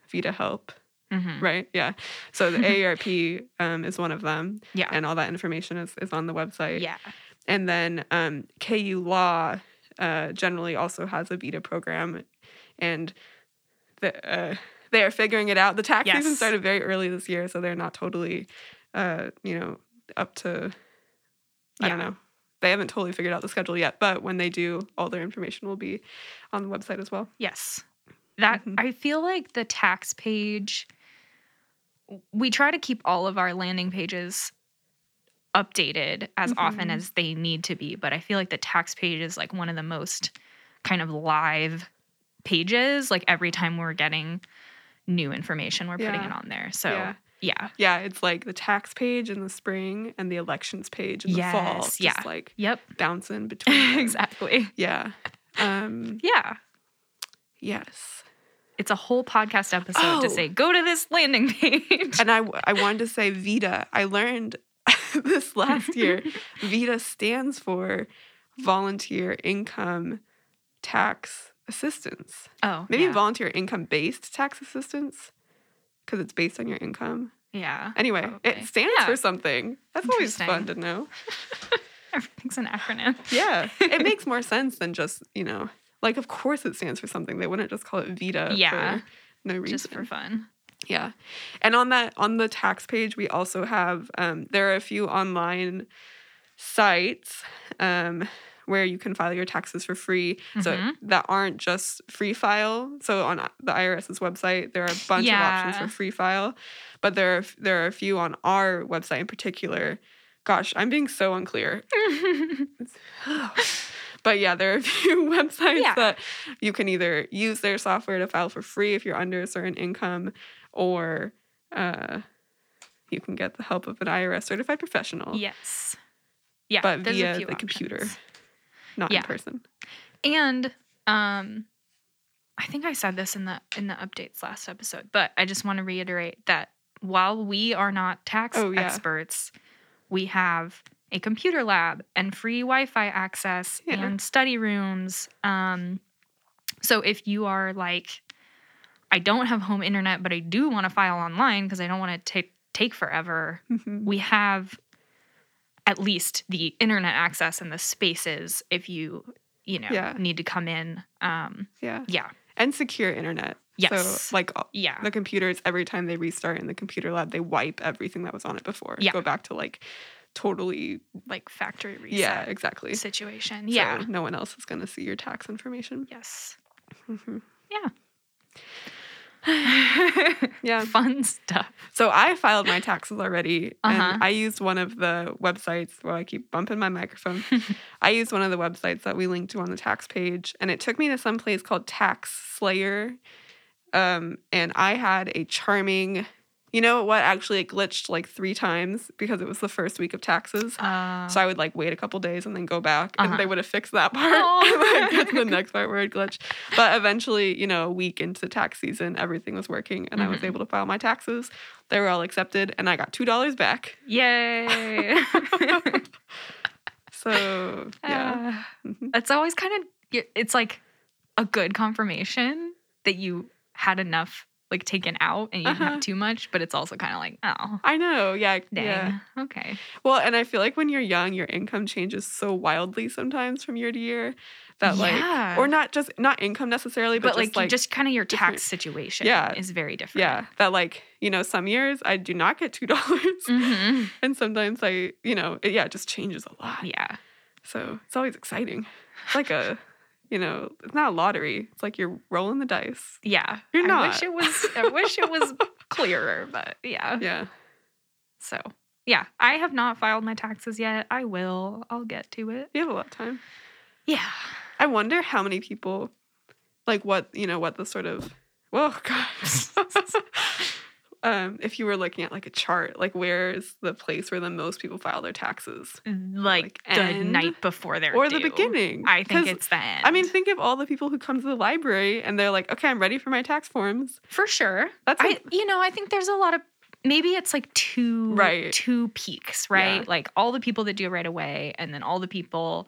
[SPEAKER 1] Vita help,
[SPEAKER 2] Mhm.
[SPEAKER 1] right? Yeah. So the AARP um, is one of them,
[SPEAKER 2] yeah
[SPEAKER 1] and all that information is, is on the website.
[SPEAKER 2] Yeah.
[SPEAKER 1] And then um, KU Law uh, generally also has a beta program, and the, uh, they are figuring it out. The tax
[SPEAKER 2] Yes.
[SPEAKER 1] season started very early this year, so they're not totally, uh, you know, up to. I don't
[SPEAKER 2] Yeah.
[SPEAKER 1] know. They haven't totally figured out the schedule yet, but when they do, all their information will be on the website as well.
[SPEAKER 2] Yes. That
[SPEAKER 1] Mhm.
[SPEAKER 2] I feel like the tax page we try to keep all of our landing pages updated as often
[SPEAKER 1] Mhm.
[SPEAKER 2] as they need to be, but I feel like the tax page is like one of the most kind of live pages like every time we're getting new information we're putting
[SPEAKER 1] Yeah.
[SPEAKER 2] it on there. So
[SPEAKER 1] Yeah.
[SPEAKER 2] yeah.
[SPEAKER 1] Yeah, it's like the tax page in the spring and the elections page in the fall.
[SPEAKER 2] Yes,
[SPEAKER 1] Just
[SPEAKER 2] yeah.
[SPEAKER 1] like
[SPEAKER 2] Yep.
[SPEAKER 1] bouncing between. them.
[SPEAKER 2] exactly.
[SPEAKER 1] Yeah. Um,
[SPEAKER 2] Yeah.
[SPEAKER 1] yes.
[SPEAKER 2] It's a whole podcast episode
[SPEAKER 1] Oh.
[SPEAKER 2] to say go to this landing page.
[SPEAKER 1] and I, I wanted to say Vita. I learned this last year. Vita stands for Volunteer Income Tax Assistance.
[SPEAKER 2] Oh.
[SPEAKER 1] Maybe
[SPEAKER 2] yeah.
[SPEAKER 1] volunteer income based tax assistance because it's based on your income.
[SPEAKER 2] yeah.
[SPEAKER 1] Anyway,
[SPEAKER 2] Probably.
[SPEAKER 1] it stands
[SPEAKER 2] Yeah.
[SPEAKER 1] for something. That's always fun to
[SPEAKER 2] Interesting.
[SPEAKER 1] know.
[SPEAKER 2] Everything's an acronym.
[SPEAKER 1] Yeah, it makes more sense than just you know, like of course it stands for something. They wouldn't just call it Vita.
[SPEAKER 2] Yeah.
[SPEAKER 1] for no reason.
[SPEAKER 2] Just for fun.
[SPEAKER 1] Yeah. And on that on the tax page, we also have um, there are a few online sites um, where you can file your taxes for free. So
[SPEAKER 2] Mhm.
[SPEAKER 1] that aren't just free file. So on the IRS's website, there are a bunch of options
[SPEAKER 2] Yeah.
[SPEAKER 1] for free file, but there are there are a few on our website in particular. Gosh, I'm being so unclear. But yeah, there are a few websites
[SPEAKER 2] Yeah.
[SPEAKER 1] that you can either use their software to file for free if you're under a certain income, or uh, you can get the help of an IRS certified professional,
[SPEAKER 2] yes. Yeah.
[SPEAKER 1] but
[SPEAKER 2] there's a
[SPEAKER 1] via
[SPEAKER 2] few
[SPEAKER 1] the computer,
[SPEAKER 2] options.
[SPEAKER 1] not
[SPEAKER 2] Yeah.
[SPEAKER 1] in person.
[SPEAKER 2] And um I think I said this in the in the updates last episode, but I just want to reiterate that while we are not tax
[SPEAKER 1] Oh, yeah.
[SPEAKER 2] experts, we have a computer lab and free Wi-Fi access
[SPEAKER 1] Yeah.
[SPEAKER 2] and study rooms. Um so if you are like I don't have home internet, but I do want to file online because I don't want it to take forever.
[SPEAKER 1] Mhm.
[SPEAKER 2] we have at least the internet access and the spaces if you you know
[SPEAKER 1] Yeah.
[SPEAKER 2] need to come in um
[SPEAKER 1] Yeah,
[SPEAKER 2] yeah
[SPEAKER 1] and secure internet.
[SPEAKER 2] Yes.
[SPEAKER 1] So like all-
[SPEAKER 2] yeah
[SPEAKER 1] the computers, every time they restart in the computer lab, they wipe everything that was on it before.
[SPEAKER 2] Yeah.
[SPEAKER 1] Go back to like totally.
[SPEAKER 2] like factory reset
[SPEAKER 1] Yeah, exactly.
[SPEAKER 2] situation
[SPEAKER 1] So
[SPEAKER 2] yeah
[SPEAKER 1] no one else is going to see your tax information.
[SPEAKER 2] yes
[SPEAKER 1] Mhm. Yeah.
[SPEAKER 2] fun stuff
[SPEAKER 1] So I filed my taxes already,
[SPEAKER 2] Uh-huh.
[SPEAKER 1] and I used one of the websites where I keep bumping my microphone. I used one of the websites that we linked to on the tax page, and it took me to some place called Tax Slayer. Um, and I had a charming You know what? Actually, it glitched like three times because it was the first week of taxes.
[SPEAKER 2] Uh,
[SPEAKER 1] So I would like wait a couple days and then go back,
[SPEAKER 2] Uh-huh.
[SPEAKER 1] and they would have fixed that part
[SPEAKER 2] Aw.
[SPEAKER 1] and like get to the next part where it glitched. But eventually, you know, a week into tax season, everything was working, and I was
[SPEAKER 2] Mhm.
[SPEAKER 1] able to file my taxes. They were all accepted, and I got two dollars back.
[SPEAKER 2] Yay.
[SPEAKER 1] So yeah,
[SPEAKER 2] yeah.
[SPEAKER 1] Mhm.
[SPEAKER 2] It's always kind of, it's like a good confirmation that you had enough like taken out and you didn't
[SPEAKER 1] Uh-huh.
[SPEAKER 2] have too much, but it's also kind of like, oh,
[SPEAKER 1] I know. Yeah,
[SPEAKER 2] dang.
[SPEAKER 1] yeah.
[SPEAKER 2] Okay.
[SPEAKER 1] Well, and I feel like when you're young, your income changes so wildly sometimes from year to year that
[SPEAKER 2] Yeah.
[SPEAKER 1] like or not just not income necessarily, but,
[SPEAKER 2] But, like,
[SPEAKER 1] just
[SPEAKER 2] you-
[SPEAKER 1] like
[SPEAKER 2] just kind of your
[SPEAKER 1] different-
[SPEAKER 2] tax situation
[SPEAKER 1] Yeah.
[SPEAKER 2] is very different.
[SPEAKER 1] yeah, that like, you know, some years I do not get two dollars.
[SPEAKER 2] hmm
[SPEAKER 1] And sometimes I, you know, it, yeah, it just changes a lot.
[SPEAKER 2] Yeah.
[SPEAKER 1] So it's always exciting. It's like a you know, it's not a lottery. It's like you're rolling the dice.
[SPEAKER 2] Yeah.
[SPEAKER 1] You're
[SPEAKER 2] I wish
[SPEAKER 1] not.
[SPEAKER 2] it was, I wish it was clearer, but yeah.
[SPEAKER 1] Yeah.
[SPEAKER 2] So yeah, I have not filed my taxes yet. I will. I'll get to it.
[SPEAKER 1] You have a lot of time.
[SPEAKER 2] Yeah.
[SPEAKER 1] I wonder how many people, like what you know, what the sort of, well, God, um, if you were looking at like a chart, like where is the place where the most people file their taxes,
[SPEAKER 2] Mm, Like,
[SPEAKER 1] Like,
[SPEAKER 2] the
[SPEAKER 1] end
[SPEAKER 2] night before they're
[SPEAKER 1] or the
[SPEAKER 2] due.
[SPEAKER 1] beginning?
[SPEAKER 2] I think
[SPEAKER 1] 'Cause,
[SPEAKER 2] it's the end.
[SPEAKER 1] I mean, think of all the people who come to the library and they're like, okay, I'm ready for my tax forms.
[SPEAKER 2] for sure.
[SPEAKER 1] That's
[SPEAKER 2] I
[SPEAKER 1] like-
[SPEAKER 2] you know, I think there's a lot of maybe it's like two
[SPEAKER 1] Right.
[SPEAKER 2] two peaks, right?
[SPEAKER 1] Yeah.
[SPEAKER 2] Like all the people that do it right away and then all the people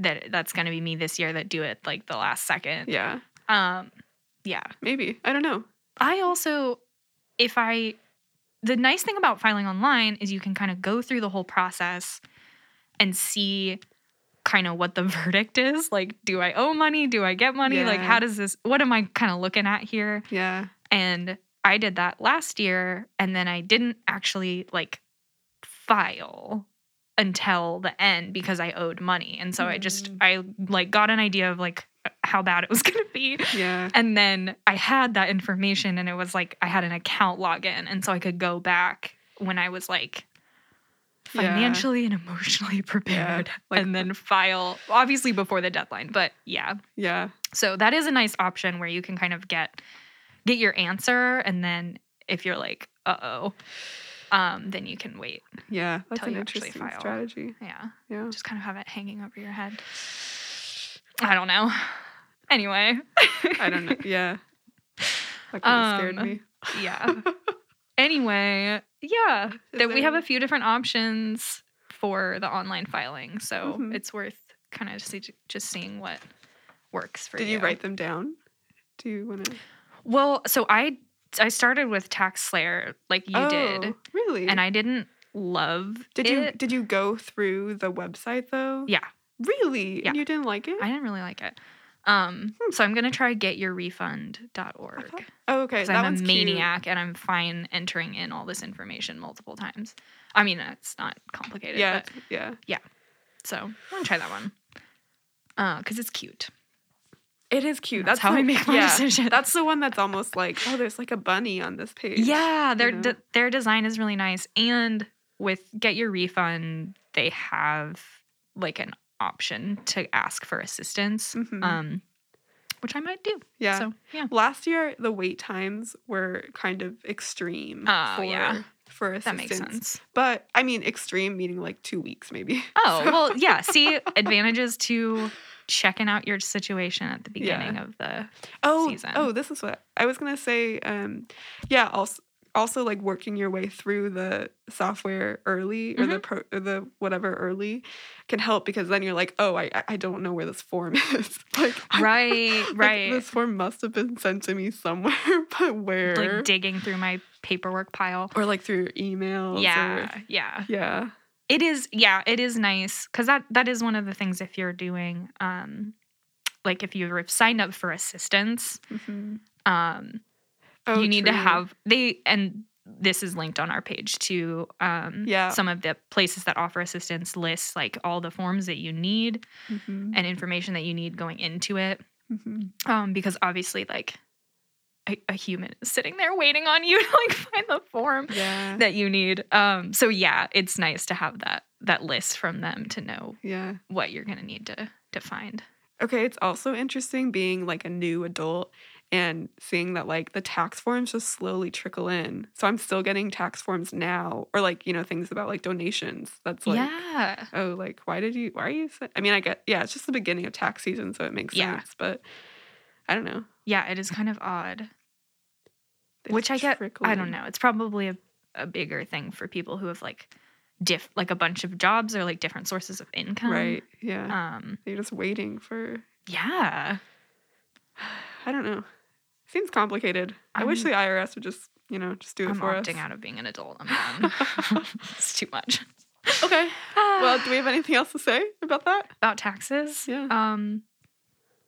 [SPEAKER 2] that that's going to be me this year that do it like the last second.
[SPEAKER 1] Yeah,
[SPEAKER 2] Um yeah.
[SPEAKER 1] maybe I don't know.
[SPEAKER 2] I also, if I, the nice thing about filing online is you can kind of go through the whole process and see kind of what the verdict is. Like, do I owe money? Do I get money? Like,
[SPEAKER 1] Yeah.
[SPEAKER 2] how does this, what am I kind of looking at here?
[SPEAKER 1] Yeah,
[SPEAKER 2] And I did that last year and then I didn't actually like file until the end because I owed money. And so I just,
[SPEAKER 1] Mm.
[SPEAKER 2] I like got an idea of like how bad it was going to be.
[SPEAKER 1] yeah,
[SPEAKER 2] And then I had that information, and it was like I had an account login, and so I could go back when I was like financially and emotionally prepared,
[SPEAKER 1] like-
[SPEAKER 2] and then file obviously before the deadline. But yeah,
[SPEAKER 1] yeah,
[SPEAKER 2] so that is a nice option where you can kind of get get your answer, and then if you're like, uh oh, um, then you can wait.
[SPEAKER 1] yeah. That's
[SPEAKER 2] Till
[SPEAKER 1] an
[SPEAKER 2] you actually
[SPEAKER 1] interesting
[SPEAKER 2] file.
[SPEAKER 1] strategy.
[SPEAKER 2] Yeah,
[SPEAKER 1] Yeah.
[SPEAKER 2] just kind of have it hanging over your head. I don't know. Anyway,
[SPEAKER 1] I don't know. Yeah. That kind of scared
[SPEAKER 2] Um,
[SPEAKER 1] me.
[SPEAKER 2] Yeah. anyway, yeah,
[SPEAKER 1] Is
[SPEAKER 2] that we have
[SPEAKER 1] there-
[SPEAKER 2] a few different options for the online filing, so
[SPEAKER 1] Mhm.
[SPEAKER 2] it's worth kind of just, just seeing what works for
[SPEAKER 1] Did
[SPEAKER 2] you.
[SPEAKER 1] you write them down? Do you want to?
[SPEAKER 2] Well, so I I started with Tax Slayer like you did,
[SPEAKER 1] Oh, Really?
[SPEAKER 2] and I didn't love
[SPEAKER 1] did you
[SPEAKER 2] it.
[SPEAKER 1] did you go through the website though?
[SPEAKER 2] Yeah.
[SPEAKER 1] Really?
[SPEAKER 2] Yeah.
[SPEAKER 1] And you didn't like it?
[SPEAKER 2] I didn't really like it. Um,
[SPEAKER 1] Hmm.
[SPEAKER 2] so I'm gonna try getyourrefund.org.
[SPEAKER 1] thought- oh, okay.
[SPEAKER 2] because
[SPEAKER 1] That
[SPEAKER 2] I'm a
[SPEAKER 1] one's
[SPEAKER 2] maniac and I'm fine entering in all this information multiple times. I mean, it's not complicated.
[SPEAKER 1] Cute. Yeah.
[SPEAKER 2] but-
[SPEAKER 1] Yeah.
[SPEAKER 2] so I'm gonna try that one. Uh, cause it's cute.
[SPEAKER 1] It is cute.
[SPEAKER 2] That's, how
[SPEAKER 1] the-
[SPEAKER 2] I make my
[SPEAKER 1] yeah.
[SPEAKER 2] decision.
[SPEAKER 1] That's the one that's almost like oh, there's like a bunny on this page.
[SPEAKER 2] yeah. Their
[SPEAKER 1] know.
[SPEAKER 2] de- their design is really nice, and with get your refund, they have like an option to ask for assistance,
[SPEAKER 1] Mhm.
[SPEAKER 2] um, which I might do.
[SPEAKER 1] yeah.
[SPEAKER 2] So yeah,
[SPEAKER 1] Last year the wait times were kind of extreme.
[SPEAKER 2] Oh,
[SPEAKER 1] for,
[SPEAKER 2] yeah.
[SPEAKER 1] For assistance.
[SPEAKER 2] that makes sense.
[SPEAKER 1] But I mean, extreme meaning like two weeks maybe.
[SPEAKER 2] Oh
[SPEAKER 1] So-
[SPEAKER 2] well, yeah. See, advantages to checking out your situation at the beginning of the
[SPEAKER 1] oh,
[SPEAKER 2] season.
[SPEAKER 1] Oh, this is what I was gonna say. Um, yeah, also, also like working your way through the software early or
[SPEAKER 2] Mm-hmm.
[SPEAKER 1] the pro, or the whatever early can help because then you're like, oh, I I don't know where this form is. like I-
[SPEAKER 2] right,
[SPEAKER 1] like,
[SPEAKER 2] right.
[SPEAKER 1] this form must have been sent to me somewhere, but where?
[SPEAKER 2] like digging through my paperwork pile.
[SPEAKER 1] or like through your emails. or-
[SPEAKER 2] Yeah, yeah.
[SPEAKER 1] yeah.
[SPEAKER 2] It is yeah, it is nice cuz that that is one of the things if you're doing um like if you've signed up for assistance,
[SPEAKER 1] Mhm.
[SPEAKER 2] um
[SPEAKER 1] Oh,
[SPEAKER 2] you need to
[SPEAKER 1] true.
[SPEAKER 2] have they and this is linked on our page to um
[SPEAKER 1] Yeah.
[SPEAKER 2] some of the places that offer assistance lists like all the forms that you need
[SPEAKER 1] Mhm,
[SPEAKER 2] and information that you need going into it
[SPEAKER 1] mhm.
[SPEAKER 2] um because obviously like a, a human is sitting there waiting on you to like find the form
[SPEAKER 1] Yeah.
[SPEAKER 2] that you need. Um, so yeah, it's nice to have that that list from them to know
[SPEAKER 1] Yeah.
[SPEAKER 2] what you're gonna need to to find.
[SPEAKER 1] Okay, it's also interesting being like a new adult and seeing that like the tax forms just slowly trickle in. So I'm still getting tax forms now or like, you know, things about like donations. That's like,
[SPEAKER 2] yeah.
[SPEAKER 1] oh, like why did you why are you sen- I mean, I get yeah, it's just the beginning of tax season, so it makes
[SPEAKER 2] Yeah.
[SPEAKER 1] sense, but I don't know.
[SPEAKER 2] Yeah, it is kind of odd.
[SPEAKER 1] They
[SPEAKER 2] Which I
[SPEAKER 1] just
[SPEAKER 2] get
[SPEAKER 1] trickle
[SPEAKER 2] I
[SPEAKER 1] in.
[SPEAKER 2] don't know. It's probably a, a bigger thing for people who have like diff like a bunch of jobs or like different sources of income.
[SPEAKER 1] Right. Yeah.
[SPEAKER 2] Um
[SPEAKER 1] You're just waiting for
[SPEAKER 2] yeah.
[SPEAKER 1] I don't know. Seems complicated. i wish
[SPEAKER 2] I'm-
[SPEAKER 1] the IRS would just, you know, just do it
[SPEAKER 2] I'm
[SPEAKER 1] for us.
[SPEAKER 2] opting out of being an adult. I'm done. it's too much.
[SPEAKER 1] Okay. Well, do we have anything else to say about that?
[SPEAKER 2] about taxes.
[SPEAKER 1] Yeah.
[SPEAKER 2] Um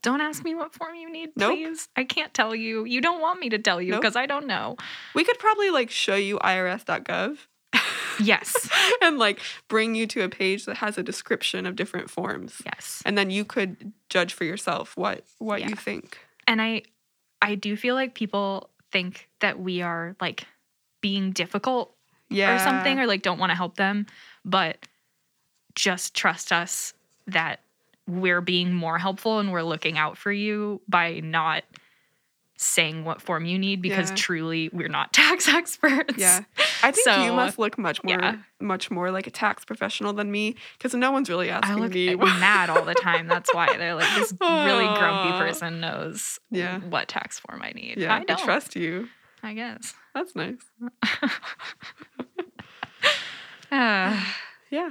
[SPEAKER 2] don't ask me what form you need,
[SPEAKER 1] Nope.
[SPEAKER 2] please. I can't tell you. You don't want me to tell you
[SPEAKER 1] Nope.
[SPEAKER 2] because I don't know.
[SPEAKER 1] We could probably like show you irs.gov
[SPEAKER 2] Yes.
[SPEAKER 1] and like bring you to a page that has a description of different forms.
[SPEAKER 2] yes.
[SPEAKER 1] And then you could judge for yourself what what
[SPEAKER 2] Yeah.
[SPEAKER 1] you think.
[SPEAKER 2] and i i do feel like people think that we are like being difficult
[SPEAKER 1] Yeah.
[SPEAKER 2] or something or like don't want to help them but just trust us that we're being more helpful and we're looking out for you by not saying what form you need because
[SPEAKER 1] Yeah.
[SPEAKER 2] truly we're not tax experts
[SPEAKER 1] Yeah. I think you
[SPEAKER 2] So,
[SPEAKER 1] must look much more
[SPEAKER 2] yeah.
[SPEAKER 1] much more like a tax professional than me cuz no one's really
[SPEAKER 2] I
[SPEAKER 1] asking
[SPEAKER 2] look
[SPEAKER 1] me. what-
[SPEAKER 2] mad all the time. That's why they're like this really grumpy
[SPEAKER 1] Aw.
[SPEAKER 2] person knows
[SPEAKER 1] Yeah.
[SPEAKER 2] what tax form I need.
[SPEAKER 1] yeah,
[SPEAKER 2] I don't.
[SPEAKER 1] trust you.
[SPEAKER 2] I guess.
[SPEAKER 1] That's nice.
[SPEAKER 2] Uh,
[SPEAKER 1] Yeah.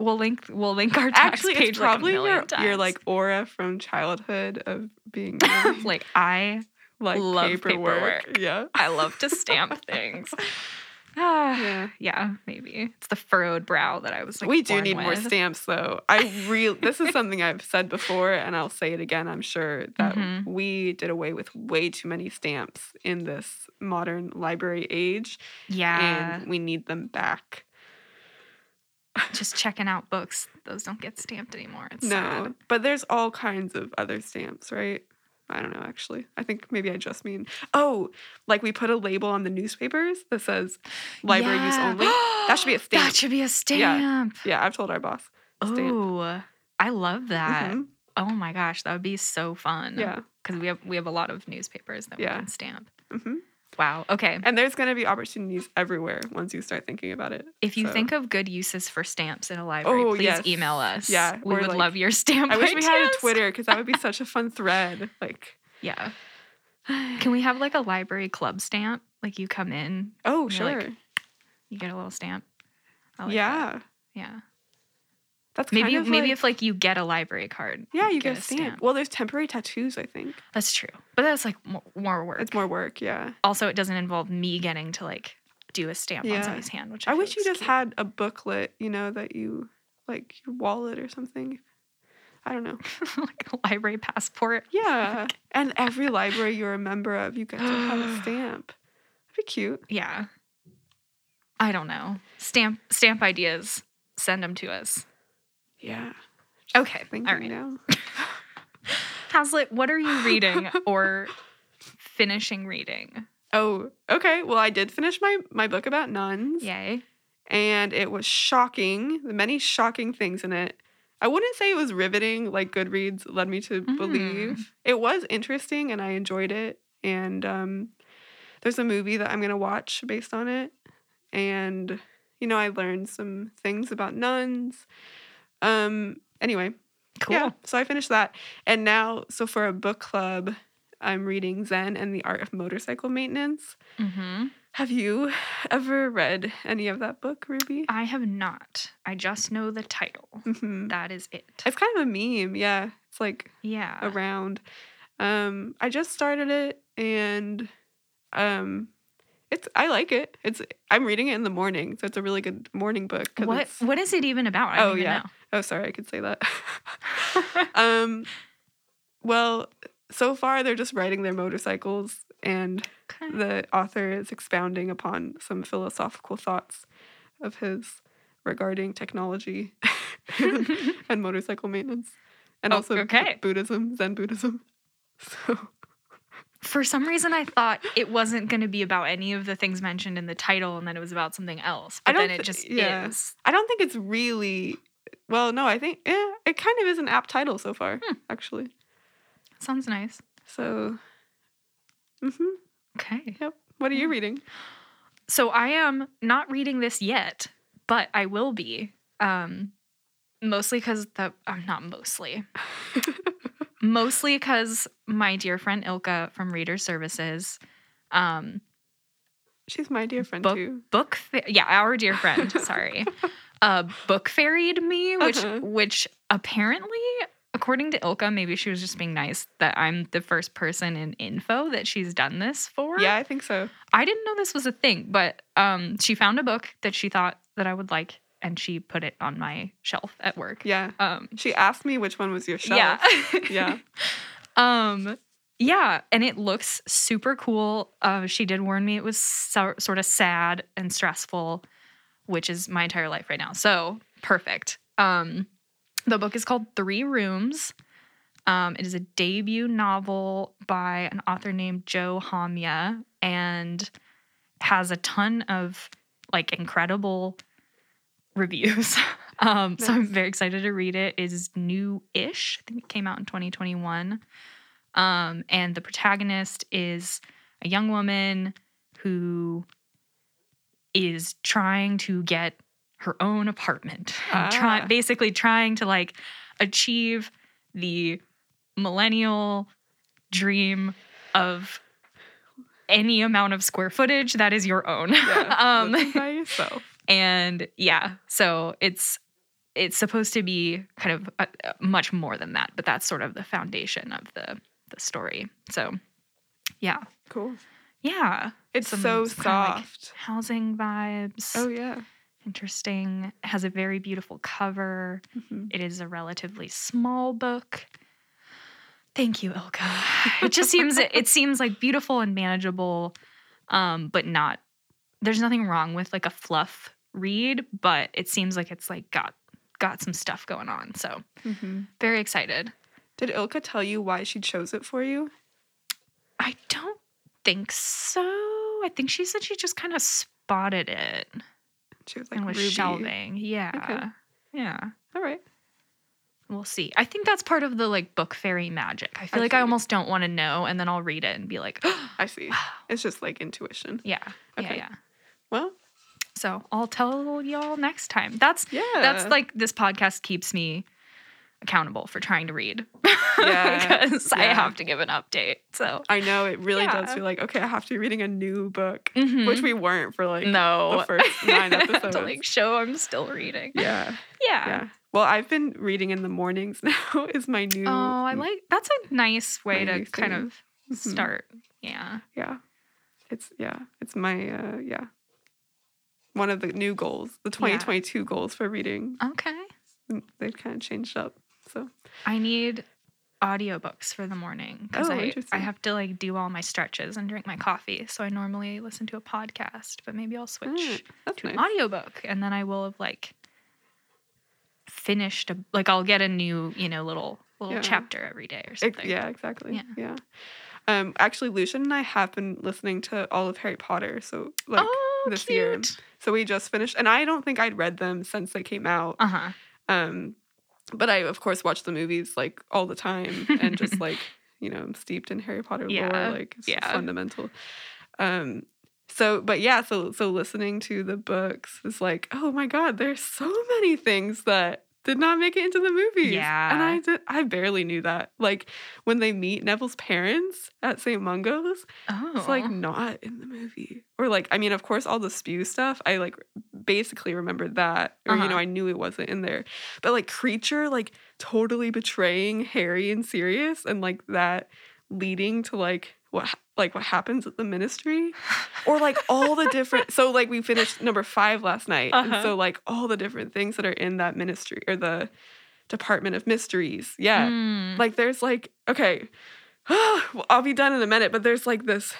[SPEAKER 2] We'll link. We'll link our tax
[SPEAKER 1] Actually,
[SPEAKER 2] page
[SPEAKER 1] it's probably
[SPEAKER 2] like a million
[SPEAKER 1] your,
[SPEAKER 2] times.
[SPEAKER 1] your like aura from childhood of being really,
[SPEAKER 2] like I
[SPEAKER 1] like
[SPEAKER 2] love paperwork.
[SPEAKER 1] Yeah.
[SPEAKER 2] I love to stamp things. Ah,
[SPEAKER 1] Yeah.
[SPEAKER 2] yeah, maybe it's the furrowed brow that I was. Like,
[SPEAKER 1] we do
[SPEAKER 2] born
[SPEAKER 1] need more
[SPEAKER 2] with.
[SPEAKER 1] stamps though. I really this is something I've said before and I'll say it again, I'm sure, that
[SPEAKER 2] Mhm.
[SPEAKER 1] we did away with way too many stamps in this modern library age
[SPEAKER 2] Yeah,
[SPEAKER 1] and we need them back.
[SPEAKER 2] just checking out books. Those don't get stamped anymore. It's
[SPEAKER 1] no.
[SPEAKER 2] sad.
[SPEAKER 1] But there's all kinds of other stamps, right? I don't know actually. I think maybe I just mean oh, like we put a label on the newspapers that says library use
[SPEAKER 2] Yeah.
[SPEAKER 1] only. That should be a stamp.
[SPEAKER 2] That should be a stamp.
[SPEAKER 1] Yeah, I've told our boss. Stamp.
[SPEAKER 2] Oh, I love that.
[SPEAKER 1] Mhm.
[SPEAKER 2] Oh my gosh, that would be so fun.
[SPEAKER 1] Yeah.
[SPEAKER 2] because we have we have a lot of newspapers that
[SPEAKER 1] Yeah.
[SPEAKER 2] we can stamp.
[SPEAKER 1] hmm
[SPEAKER 2] Wow. Okay.
[SPEAKER 1] And there's going to be opportunities everywhere once you start thinking about it.
[SPEAKER 2] If you
[SPEAKER 1] So-
[SPEAKER 2] think of good uses for stamps in a library,
[SPEAKER 1] Oh,
[SPEAKER 2] please
[SPEAKER 1] yes.
[SPEAKER 2] email us.
[SPEAKER 1] Yeah,
[SPEAKER 2] we
[SPEAKER 1] or,
[SPEAKER 2] would
[SPEAKER 1] like-
[SPEAKER 2] love your stamp.
[SPEAKER 1] I wish we had a
[SPEAKER 2] ideas.
[SPEAKER 1] Twitter because that would be such a fun thread. Like,
[SPEAKER 2] Yeah. Can we have like a library club stamp? Like you come in,
[SPEAKER 1] oh,
[SPEAKER 2] You're like,
[SPEAKER 1] sure.
[SPEAKER 2] you get a little stamp. I like that.
[SPEAKER 1] yeah.
[SPEAKER 2] Yeah.
[SPEAKER 1] That's
[SPEAKER 2] Maybe
[SPEAKER 1] kind of
[SPEAKER 2] maybe
[SPEAKER 1] like-
[SPEAKER 2] if like you get a library card.
[SPEAKER 1] yeah, you get, a stamp.
[SPEAKER 2] stamp.
[SPEAKER 1] Well, there's temporary tattoos, I think.
[SPEAKER 2] That's true. But that's like more, more work.
[SPEAKER 1] It's more work, yeah.
[SPEAKER 2] Also, it doesn't involve me getting to like do a stamp
[SPEAKER 1] Yeah.
[SPEAKER 2] on somebody's hand, which
[SPEAKER 1] I
[SPEAKER 2] I, feel
[SPEAKER 1] wish you
[SPEAKER 2] is
[SPEAKER 1] just
[SPEAKER 2] cute.
[SPEAKER 1] had a booklet, you know, that you like your wallet or something. I don't know.
[SPEAKER 2] like a library passport.
[SPEAKER 1] Yeah. and every library you're a member of, you get to have a stamp. That'd be cute.
[SPEAKER 2] Yeah. I don't know. Stamp stamp ideas. Send them to us.
[SPEAKER 1] Yeah.
[SPEAKER 2] Okay.
[SPEAKER 1] Thinking
[SPEAKER 2] All right.
[SPEAKER 1] now.
[SPEAKER 2] Hazlitt, what are you reading or finishing reading?
[SPEAKER 1] Oh, okay. Well, I did finish my my book about nuns.
[SPEAKER 2] Yay.
[SPEAKER 1] and it was shocking. The many shocking things in it. I wouldn't say it was riveting, like Goodreads led me to
[SPEAKER 2] Mm.
[SPEAKER 1] believe. It was interesting, and I enjoyed it. And um, there's a movie that I'm gonna watch based on it. And you know, I learned some things about nuns. Um. Anyway,
[SPEAKER 2] Cool.
[SPEAKER 1] yeah, so I finished that. And now, so for a book club, I'm reading Zen and the Art of Motorcycle Maintenance.
[SPEAKER 2] Mm-hmm.
[SPEAKER 1] Have you ever read any of that book, Ruby?
[SPEAKER 2] I have not. I just know the title.
[SPEAKER 1] hmm
[SPEAKER 2] That is it.
[SPEAKER 1] It's kind of a meme, yeah. It's like
[SPEAKER 2] Yeah.
[SPEAKER 1] around. Um, I just started it and um, it's I like it. It's I'm reading it in the morning, so it's a really good morning book. 'cause
[SPEAKER 2] What
[SPEAKER 1] it's-
[SPEAKER 2] what is it even about? I don't
[SPEAKER 1] Oh,
[SPEAKER 2] even
[SPEAKER 1] yeah.
[SPEAKER 2] know.
[SPEAKER 1] Oh, sorry, I could say that. um, well, so far they're just riding their motorcycles, and
[SPEAKER 2] Okay.
[SPEAKER 1] the author is expounding upon some philosophical thoughts of his regarding technology and motorcycle maintenance, and
[SPEAKER 2] Oh,
[SPEAKER 1] also
[SPEAKER 2] okay.
[SPEAKER 1] Buddhism, Zen Buddhism. So
[SPEAKER 2] For some reason I thought it wasn't gonna be about any of the things mentioned in the title and then it was about something else.
[SPEAKER 1] I
[SPEAKER 2] But then
[SPEAKER 1] don't
[SPEAKER 2] it
[SPEAKER 1] thi-
[SPEAKER 2] just
[SPEAKER 1] yeah.
[SPEAKER 2] is.
[SPEAKER 1] I don't think it's really. Well, no, I think eh, it kind
[SPEAKER 2] Hmm.
[SPEAKER 1] of is an apt title so far, actually.
[SPEAKER 2] Sounds nice.
[SPEAKER 1] So hmm
[SPEAKER 2] Okay.
[SPEAKER 1] Yep. What
[SPEAKER 2] Hmm.
[SPEAKER 1] are you reading?
[SPEAKER 2] So I am not reading this yet, but I will be. Um, mostly because the I'm not mostly. mostly because my dear friend Ilka from Reader Services, um,
[SPEAKER 1] She's my dear friend
[SPEAKER 2] Book-
[SPEAKER 1] too.
[SPEAKER 2] book fa- yeah our dear friend sorry uh book faired me which
[SPEAKER 1] Uh-huh.
[SPEAKER 2] which apparently according to ilka maybe she was just being nice that i'm the first person in info that she's done this for
[SPEAKER 1] Yeah, I think so.
[SPEAKER 2] i didn't know this was a thing but um she found a book that she thought that i would like and she put it on my shelf at work
[SPEAKER 1] Yeah.
[SPEAKER 2] um
[SPEAKER 1] She asked me which one was your shelf.
[SPEAKER 2] yeah
[SPEAKER 1] Yeah.
[SPEAKER 2] um yeah and it looks super cool uh, she did warn me it was so, sort of sad and stressful which is my entire life right now so perfect um the book is called three rooms um, it is a debut novel by an author named joe hamya and has a ton of like incredible reviews um, so i'm
[SPEAKER 1] Nice.
[SPEAKER 2] very excited to read it it is new-ish i think it came out in 2021 um, and the protagonist is a young woman who is trying to get her own apartment and try-
[SPEAKER 1] Ah.
[SPEAKER 2] basically trying to like achieve the millennial dream of any amount of square footage that is your own
[SPEAKER 1] Yeah.
[SPEAKER 2] um,
[SPEAKER 1] Listen by yourself.
[SPEAKER 2] and yeah so it's it's supposed to be kind of uh, uh, much more than that but that's sort of the foundation of the the story so yeah
[SPEAKER 1] Cool.
[SPEAKER 2] yeah
[SPEAKER 1] It's
[SPEAKER 2] Some-
[SPEAKER 1] so
[SPEAKER 2] some kinda like-
[SPEAKER 1] soft.
[SPEAKER 2] housing vibes
[SPEAKER 1] oh yeah.
[SPEAKER 2] interesting It has a very beautiful cover
[SPEAKER 1] Mhm.
[SPEAKER 2] it is a relatively small book thank you ilka it just seems it seems like beautiful and manageable um but not there's nothing wrong with like a fluff read but it seems like it's like got got some stuff going on so
[SPEAKER 1] Mhm.
[SPEAKER 2] very excited
[SPEAKER 1] Did Ilka tell you why she chose it for you?
[SPEAKER 2] i don't think so i think she said she just kind of spotted it
[SPEAKER 1] She was like
[SPEAKER 2] and was
[SPEAKER 1] Ruby.
[SPEAKER 2] shelving yeah
[SPEAKER 1] Okay.
[SPEAKER 2] yeah
[SPEAKER 1] All right.
[SPEAKER 2] We'll see. I think that's part of the like book fairy magic. I feel like I
[SPEAKER 1] Okay.
[SPEAKER 2] almost don't want to know, and then I'll read it and be like,
[SPEAKER 1] I see.
[SPEAKER 2] wow.
[SPEAKER 1] It's just like intuition.
[SPEAKER 2] Yeah. Yeah.
[SPEAKER 1] Okay.
[SPEAKER 2] Yeah.
[SPEAKER 1] Well,
[SPEAKER 2] So I'll tell y'all next time. That's
[SPEAKER 1] yeah.
[SPEAKER 2] that's like this podcast keeps me accountable for trying to read.
[SPEAKER 1] Yeah,
[SPEAKER 2] Because I
[SPEAKER 1] yeah.
[SPEAKER 2] have to give an update. So
[SPEAKER 1] I know it really does
[SPEAKER 2] Yeah.
[SPEAKER 1] feel like okay, I have to be reading a new book,
[SPEAKER 2] Mhm.
[SPEAKER 1] which we weren't for like
[SPEAKER 2] no.
[SPEAKER 1] the first nine
[SPEAKER 2] I have
[SPEAKER 1] episodes.
[SPEAKER 2] to like show I'm still reading.
[SPEAKER 1] yeah,
[SPEAKER 2] Yeah.
[SPEAKER 1] yeah. Well, I've been reading in the mornings now. Is my new
[SPEAKER 2] Oh,
[SPEAKER 1] Mm.
[SPEAKER 2] I like that's a nice way to
[SPEAKER 1] Maybe
[SPEAKER 2] kind
[SPEAKER 1] soon.
[SPEAKER 2] of start. Yeah.
[SPEAKER 1] yeah. It's yeah. It's my uh yeah. One of the new goals, the 2022 goals for reading,
[SPEAKER 2] Okay.
[SPEAKER 1] they kind of changed up. So
[SPEAKER 2] I need audiobooks for the morning because
[SPEAKER 1] Oh,
[SPEAKER 2] I, I
[SPEAKER 1] interesting.
[SPEAKER 2] have to like do all my stretches and drink my coffee. So I normally listen to a podcast, but maybe I'll switch
[SPEAKER 1] mm, that's
[SPEAKER 2] to an
[SPEAKER 1] nice.
[SPEAKER 2] audiobook and then I will have like finished a, like I'll get a new, you know, little little
[SPEAKER 1] Yeah.
[SPEAKER 2] chapter every day or
[SPEAKER 1] Ex-
[SPEAKER 2] something.
[SPEAKER 1] yeah, exactly.
[SPEAKER 2] Yeah.
[SPEAKER 1] Yeah. Um, actually, Lucian and I have been listening to all of Harry Potter. So like,
[SPEAKER 2] oh,
[SPEAKER 1] this
[SPEAKER 2] cute.
[SPEAKER 1] year. so we just finished, and I don't think I'd read them since they came out.
[SPEAKER 2] Uh-huh.
[SPEAKER 1] Um, but I of course watch the movies like all the time, and just like you know, I'm steeped in Harry Potter
[SPEAKER 2] Yeah,
[SPEAKER 1] lore. Like it's just
[SPEAKER 2] yeah.
[SPEAKER 1] fundamental. Um. So, but yeah, so so listening to the books is like, oh my god, there's so many things that did not make it into the movies. and
[SPEAKER 2] Yeah.
[SPEAKER 1] I did, I barely knew that. Like when they meet Neville's parents at St. Mungo's,
[SPEAKER 2] Oh.
[SPEAKER 1] it's like not in the movie. Or like, I mean, of course, all the spew stuff. I like basically remembered that, or
[SPEAKER 2] Uh-huh.
[SPEAKER 1] you know, I knew it wasn't in there. But like, creature like totally betraying Harry and Sirius, and like that leading to like what ha- like what happens at the Ministry, or like all the different. So like, we finished number five last night,
[SPEAKER 2] Uh-huh.
[SPEAKER 1] and so like all the different things that are in that Ministry or the Department of Mysteries. Yeah,
[SPEAKER 2] Mm.
[SPEAKER 1] like there's like okay well, i'll be done in a minute but there's like this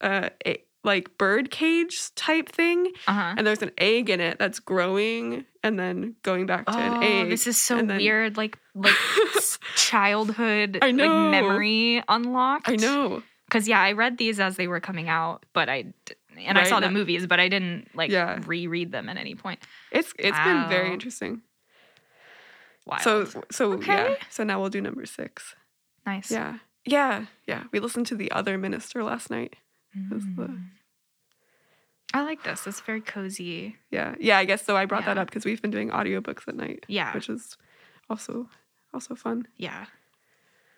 [SPEAKER 1] uh a, like bird cage type thing
[SPEAKER 2] uh-huh.
[SPEAKER 1] and there's an egg in it that's growing and then going back to
[SPEAKER 2] Oh,
[SPEAKER 1] an egg
[SPEAKER 2] this is so
[SPEAKER 1] and then-
[SPEAKER 2] weird. Like, like s- childhood,
[SPEAKER 1] I
[SPEAKER 2] like
[SPEAKER 1] know.
[SPEAKER 2] memory unlocked.
[SPEAKER 1] i know
[SPEAKER 2] because yeah, I read these as they were coming out, but I d- and I
[SPEAKER 1] Right,
[SPEAKER 2] saw the
[SPEAKER 1] not-
[SPEAKER 2] movies, but I didn't like
[SPEAKER 1] Yeah.
[SPEAKER 2] reread them at any point.
[SPEAKER 1] it's it's been very
[SPEAKER 2] Wow.
[SPEAKER 1] interesting
[SPEAKER 2] Wild.
[SPEAKER 1] so so yeah
[SPEAKER 2] Okay.
[SPEAKER 1] so now we'll do number six
[SPEAKER 2] nice.
[SPEAKER 1] yeah Yeah, yeah. We listened to the other minister last night. That's the-
[SPEAKER 2] Mm. I like this. It's very cozy.
[SPEAKER 1] Yeah, yeah. I guess so. I brought that
[SPEAKER 2] Yeah.
[SPEAKER 1] up because we've been doing audiobooks at night,
[SPEAKER 2] Yeah.
[SPEAKER 1] which is also also fun.
[SPEAKER 2] Yeah.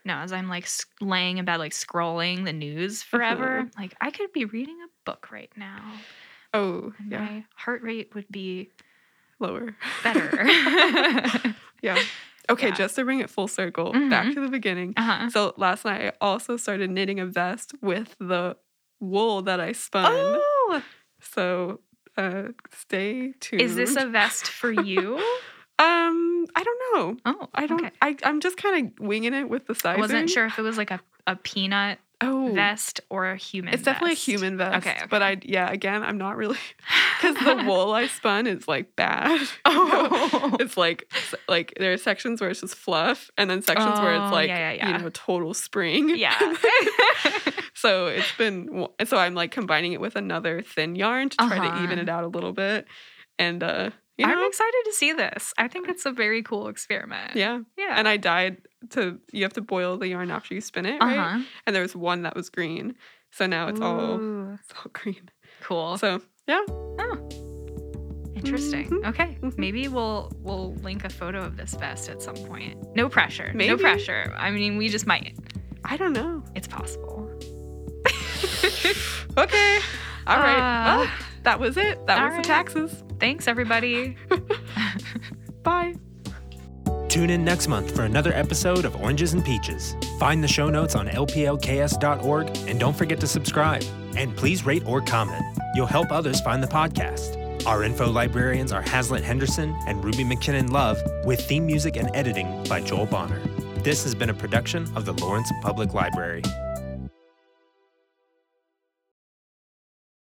[SPEAKER 2] No, as I'm like s- laying in bed, like scrolling the news forever,
[SPEAKER 1] Mm-hmm.
[SPEAKER 2] I'm like I could be reading a book right now.
[SPEAKER 1] Oh,
[SPEAKER 2] And
[SPEAKER 1] yeah,
[SPEAKER 2] My heart rate would be
[SPEAKER 1] lower.
[SPEAKER 2] better.
[SPEAKER 1] yeah. Okay,
[SPEAKER 2] Yeah.
[SPEAKER 1] just to bring it full circle,
[SPEAKER 2] Mhm.
[SPEAKER 1] back to the beginning.
[SPEAKER 2] uh-huh.
[SPEAKER 1] So last night I also started knitting a vest with the wool that I spun.
[SPEAKER 2] Oh,
[SPEAKER 1] So uh, stay tuned.
[SPEAKER 2] is this a vest for you?
[SPEAKER 1] um? I don't know.
[SPEAKER 2] Oh,
[SPEAKER 1] I don't.
[SPEAKER 2] okay.
[SPEAKER 1] I I'm just kind of winging it with the
[SPEAKER 2] I
[SPEAKER 1] sizing.
[SPEAKER 2] wasn't sure if it was like a, a peanut
[SPEAKER 1] Oh,
[SPEAKER 2] vest or a human.
[SPEAKER 1] it's definitely
[SPEAKER 2] vest.
[SPEAKER 1] a human vest.
[SPEAKER 2] Okay, okay.
[SPEAKER 1] But I yeah. Again, I'm not really because the wool I spun is like bad.
[SPEAKER 2] Oh.
[SPEAKER 1] It's like like there are sections where it's just fluff, and then sections where
[SPEAKER 2] Oh,
[SPEAKER 1] it's like
[SPEAKER 2] yeah, yeah, yeah.
[SPEAKER 1] you know total spring.
[SPEAKER 2] yeah.
[SPEAKER 1] So it's been so I'm like combining it with another thin yarn to try
[SPEAKER 2] Uh-huh.
[SPEAKER 1] to even it out a little bit, and uh, you
[SPEAKER 2] I'm
[SPEAKER 1] know,
[SPEAKER 2] excited to see this. I think it's a very cool experiment.
[SPEAKER 1] yeah.
[SPEAKER 2] Yeah.
[SPEAKER 1] And I dyed to you have to boil the yarn after you spin it, right?
[SPEAKER 2] uh-huh.
[SPEAKER 1] And there was one that was green, so now it's all
[SPEAKER 2] Ooh,
[SPEAKER 1] it's all green.
[SPEAKER 2] cool.
[SPEAKER 1] So
[SPEAKER 2] Interesting.
[SPEAKER 1] Mhm.
[SPEAKER 2] Okay.
[SPEAKER 1] Mhm.
[SPEAKER 2] Maybe we'll we'll link a photo of this vest at some point. No pressure. No
[SPEAKER 1] Maybe.
[SPEAKER 2] pressure. I mean, we just might.
[SPEAKER 1] I don't know.
[SPEAKER 2] It's possible.
[SPEAKER 1] Okay, all right. Oh.
[SPEAKER 2] Uh,
[SPEAKER 1] well, that was it. That
[SPEAKER 2] all
[SPEAKER 1] was
[SPEAKER 2] right.
[SPEAKER 1] the taxes.
[SPEAKER 2] Thanks everybody.
[SPEAKER 1] Bye.
[SPEAKER 4] Tune in next month for another episode of Oranges and Peaches. Find the show notes on lplks.org and don't forget to subscribe. And please rate or comment. You'll help others find the podcast. Our info librarians are Hazlitt Henderson and Ruby McKinnon Love with theme music and editing by Joel Bonner. This has been a production of the Lawrence Public Library.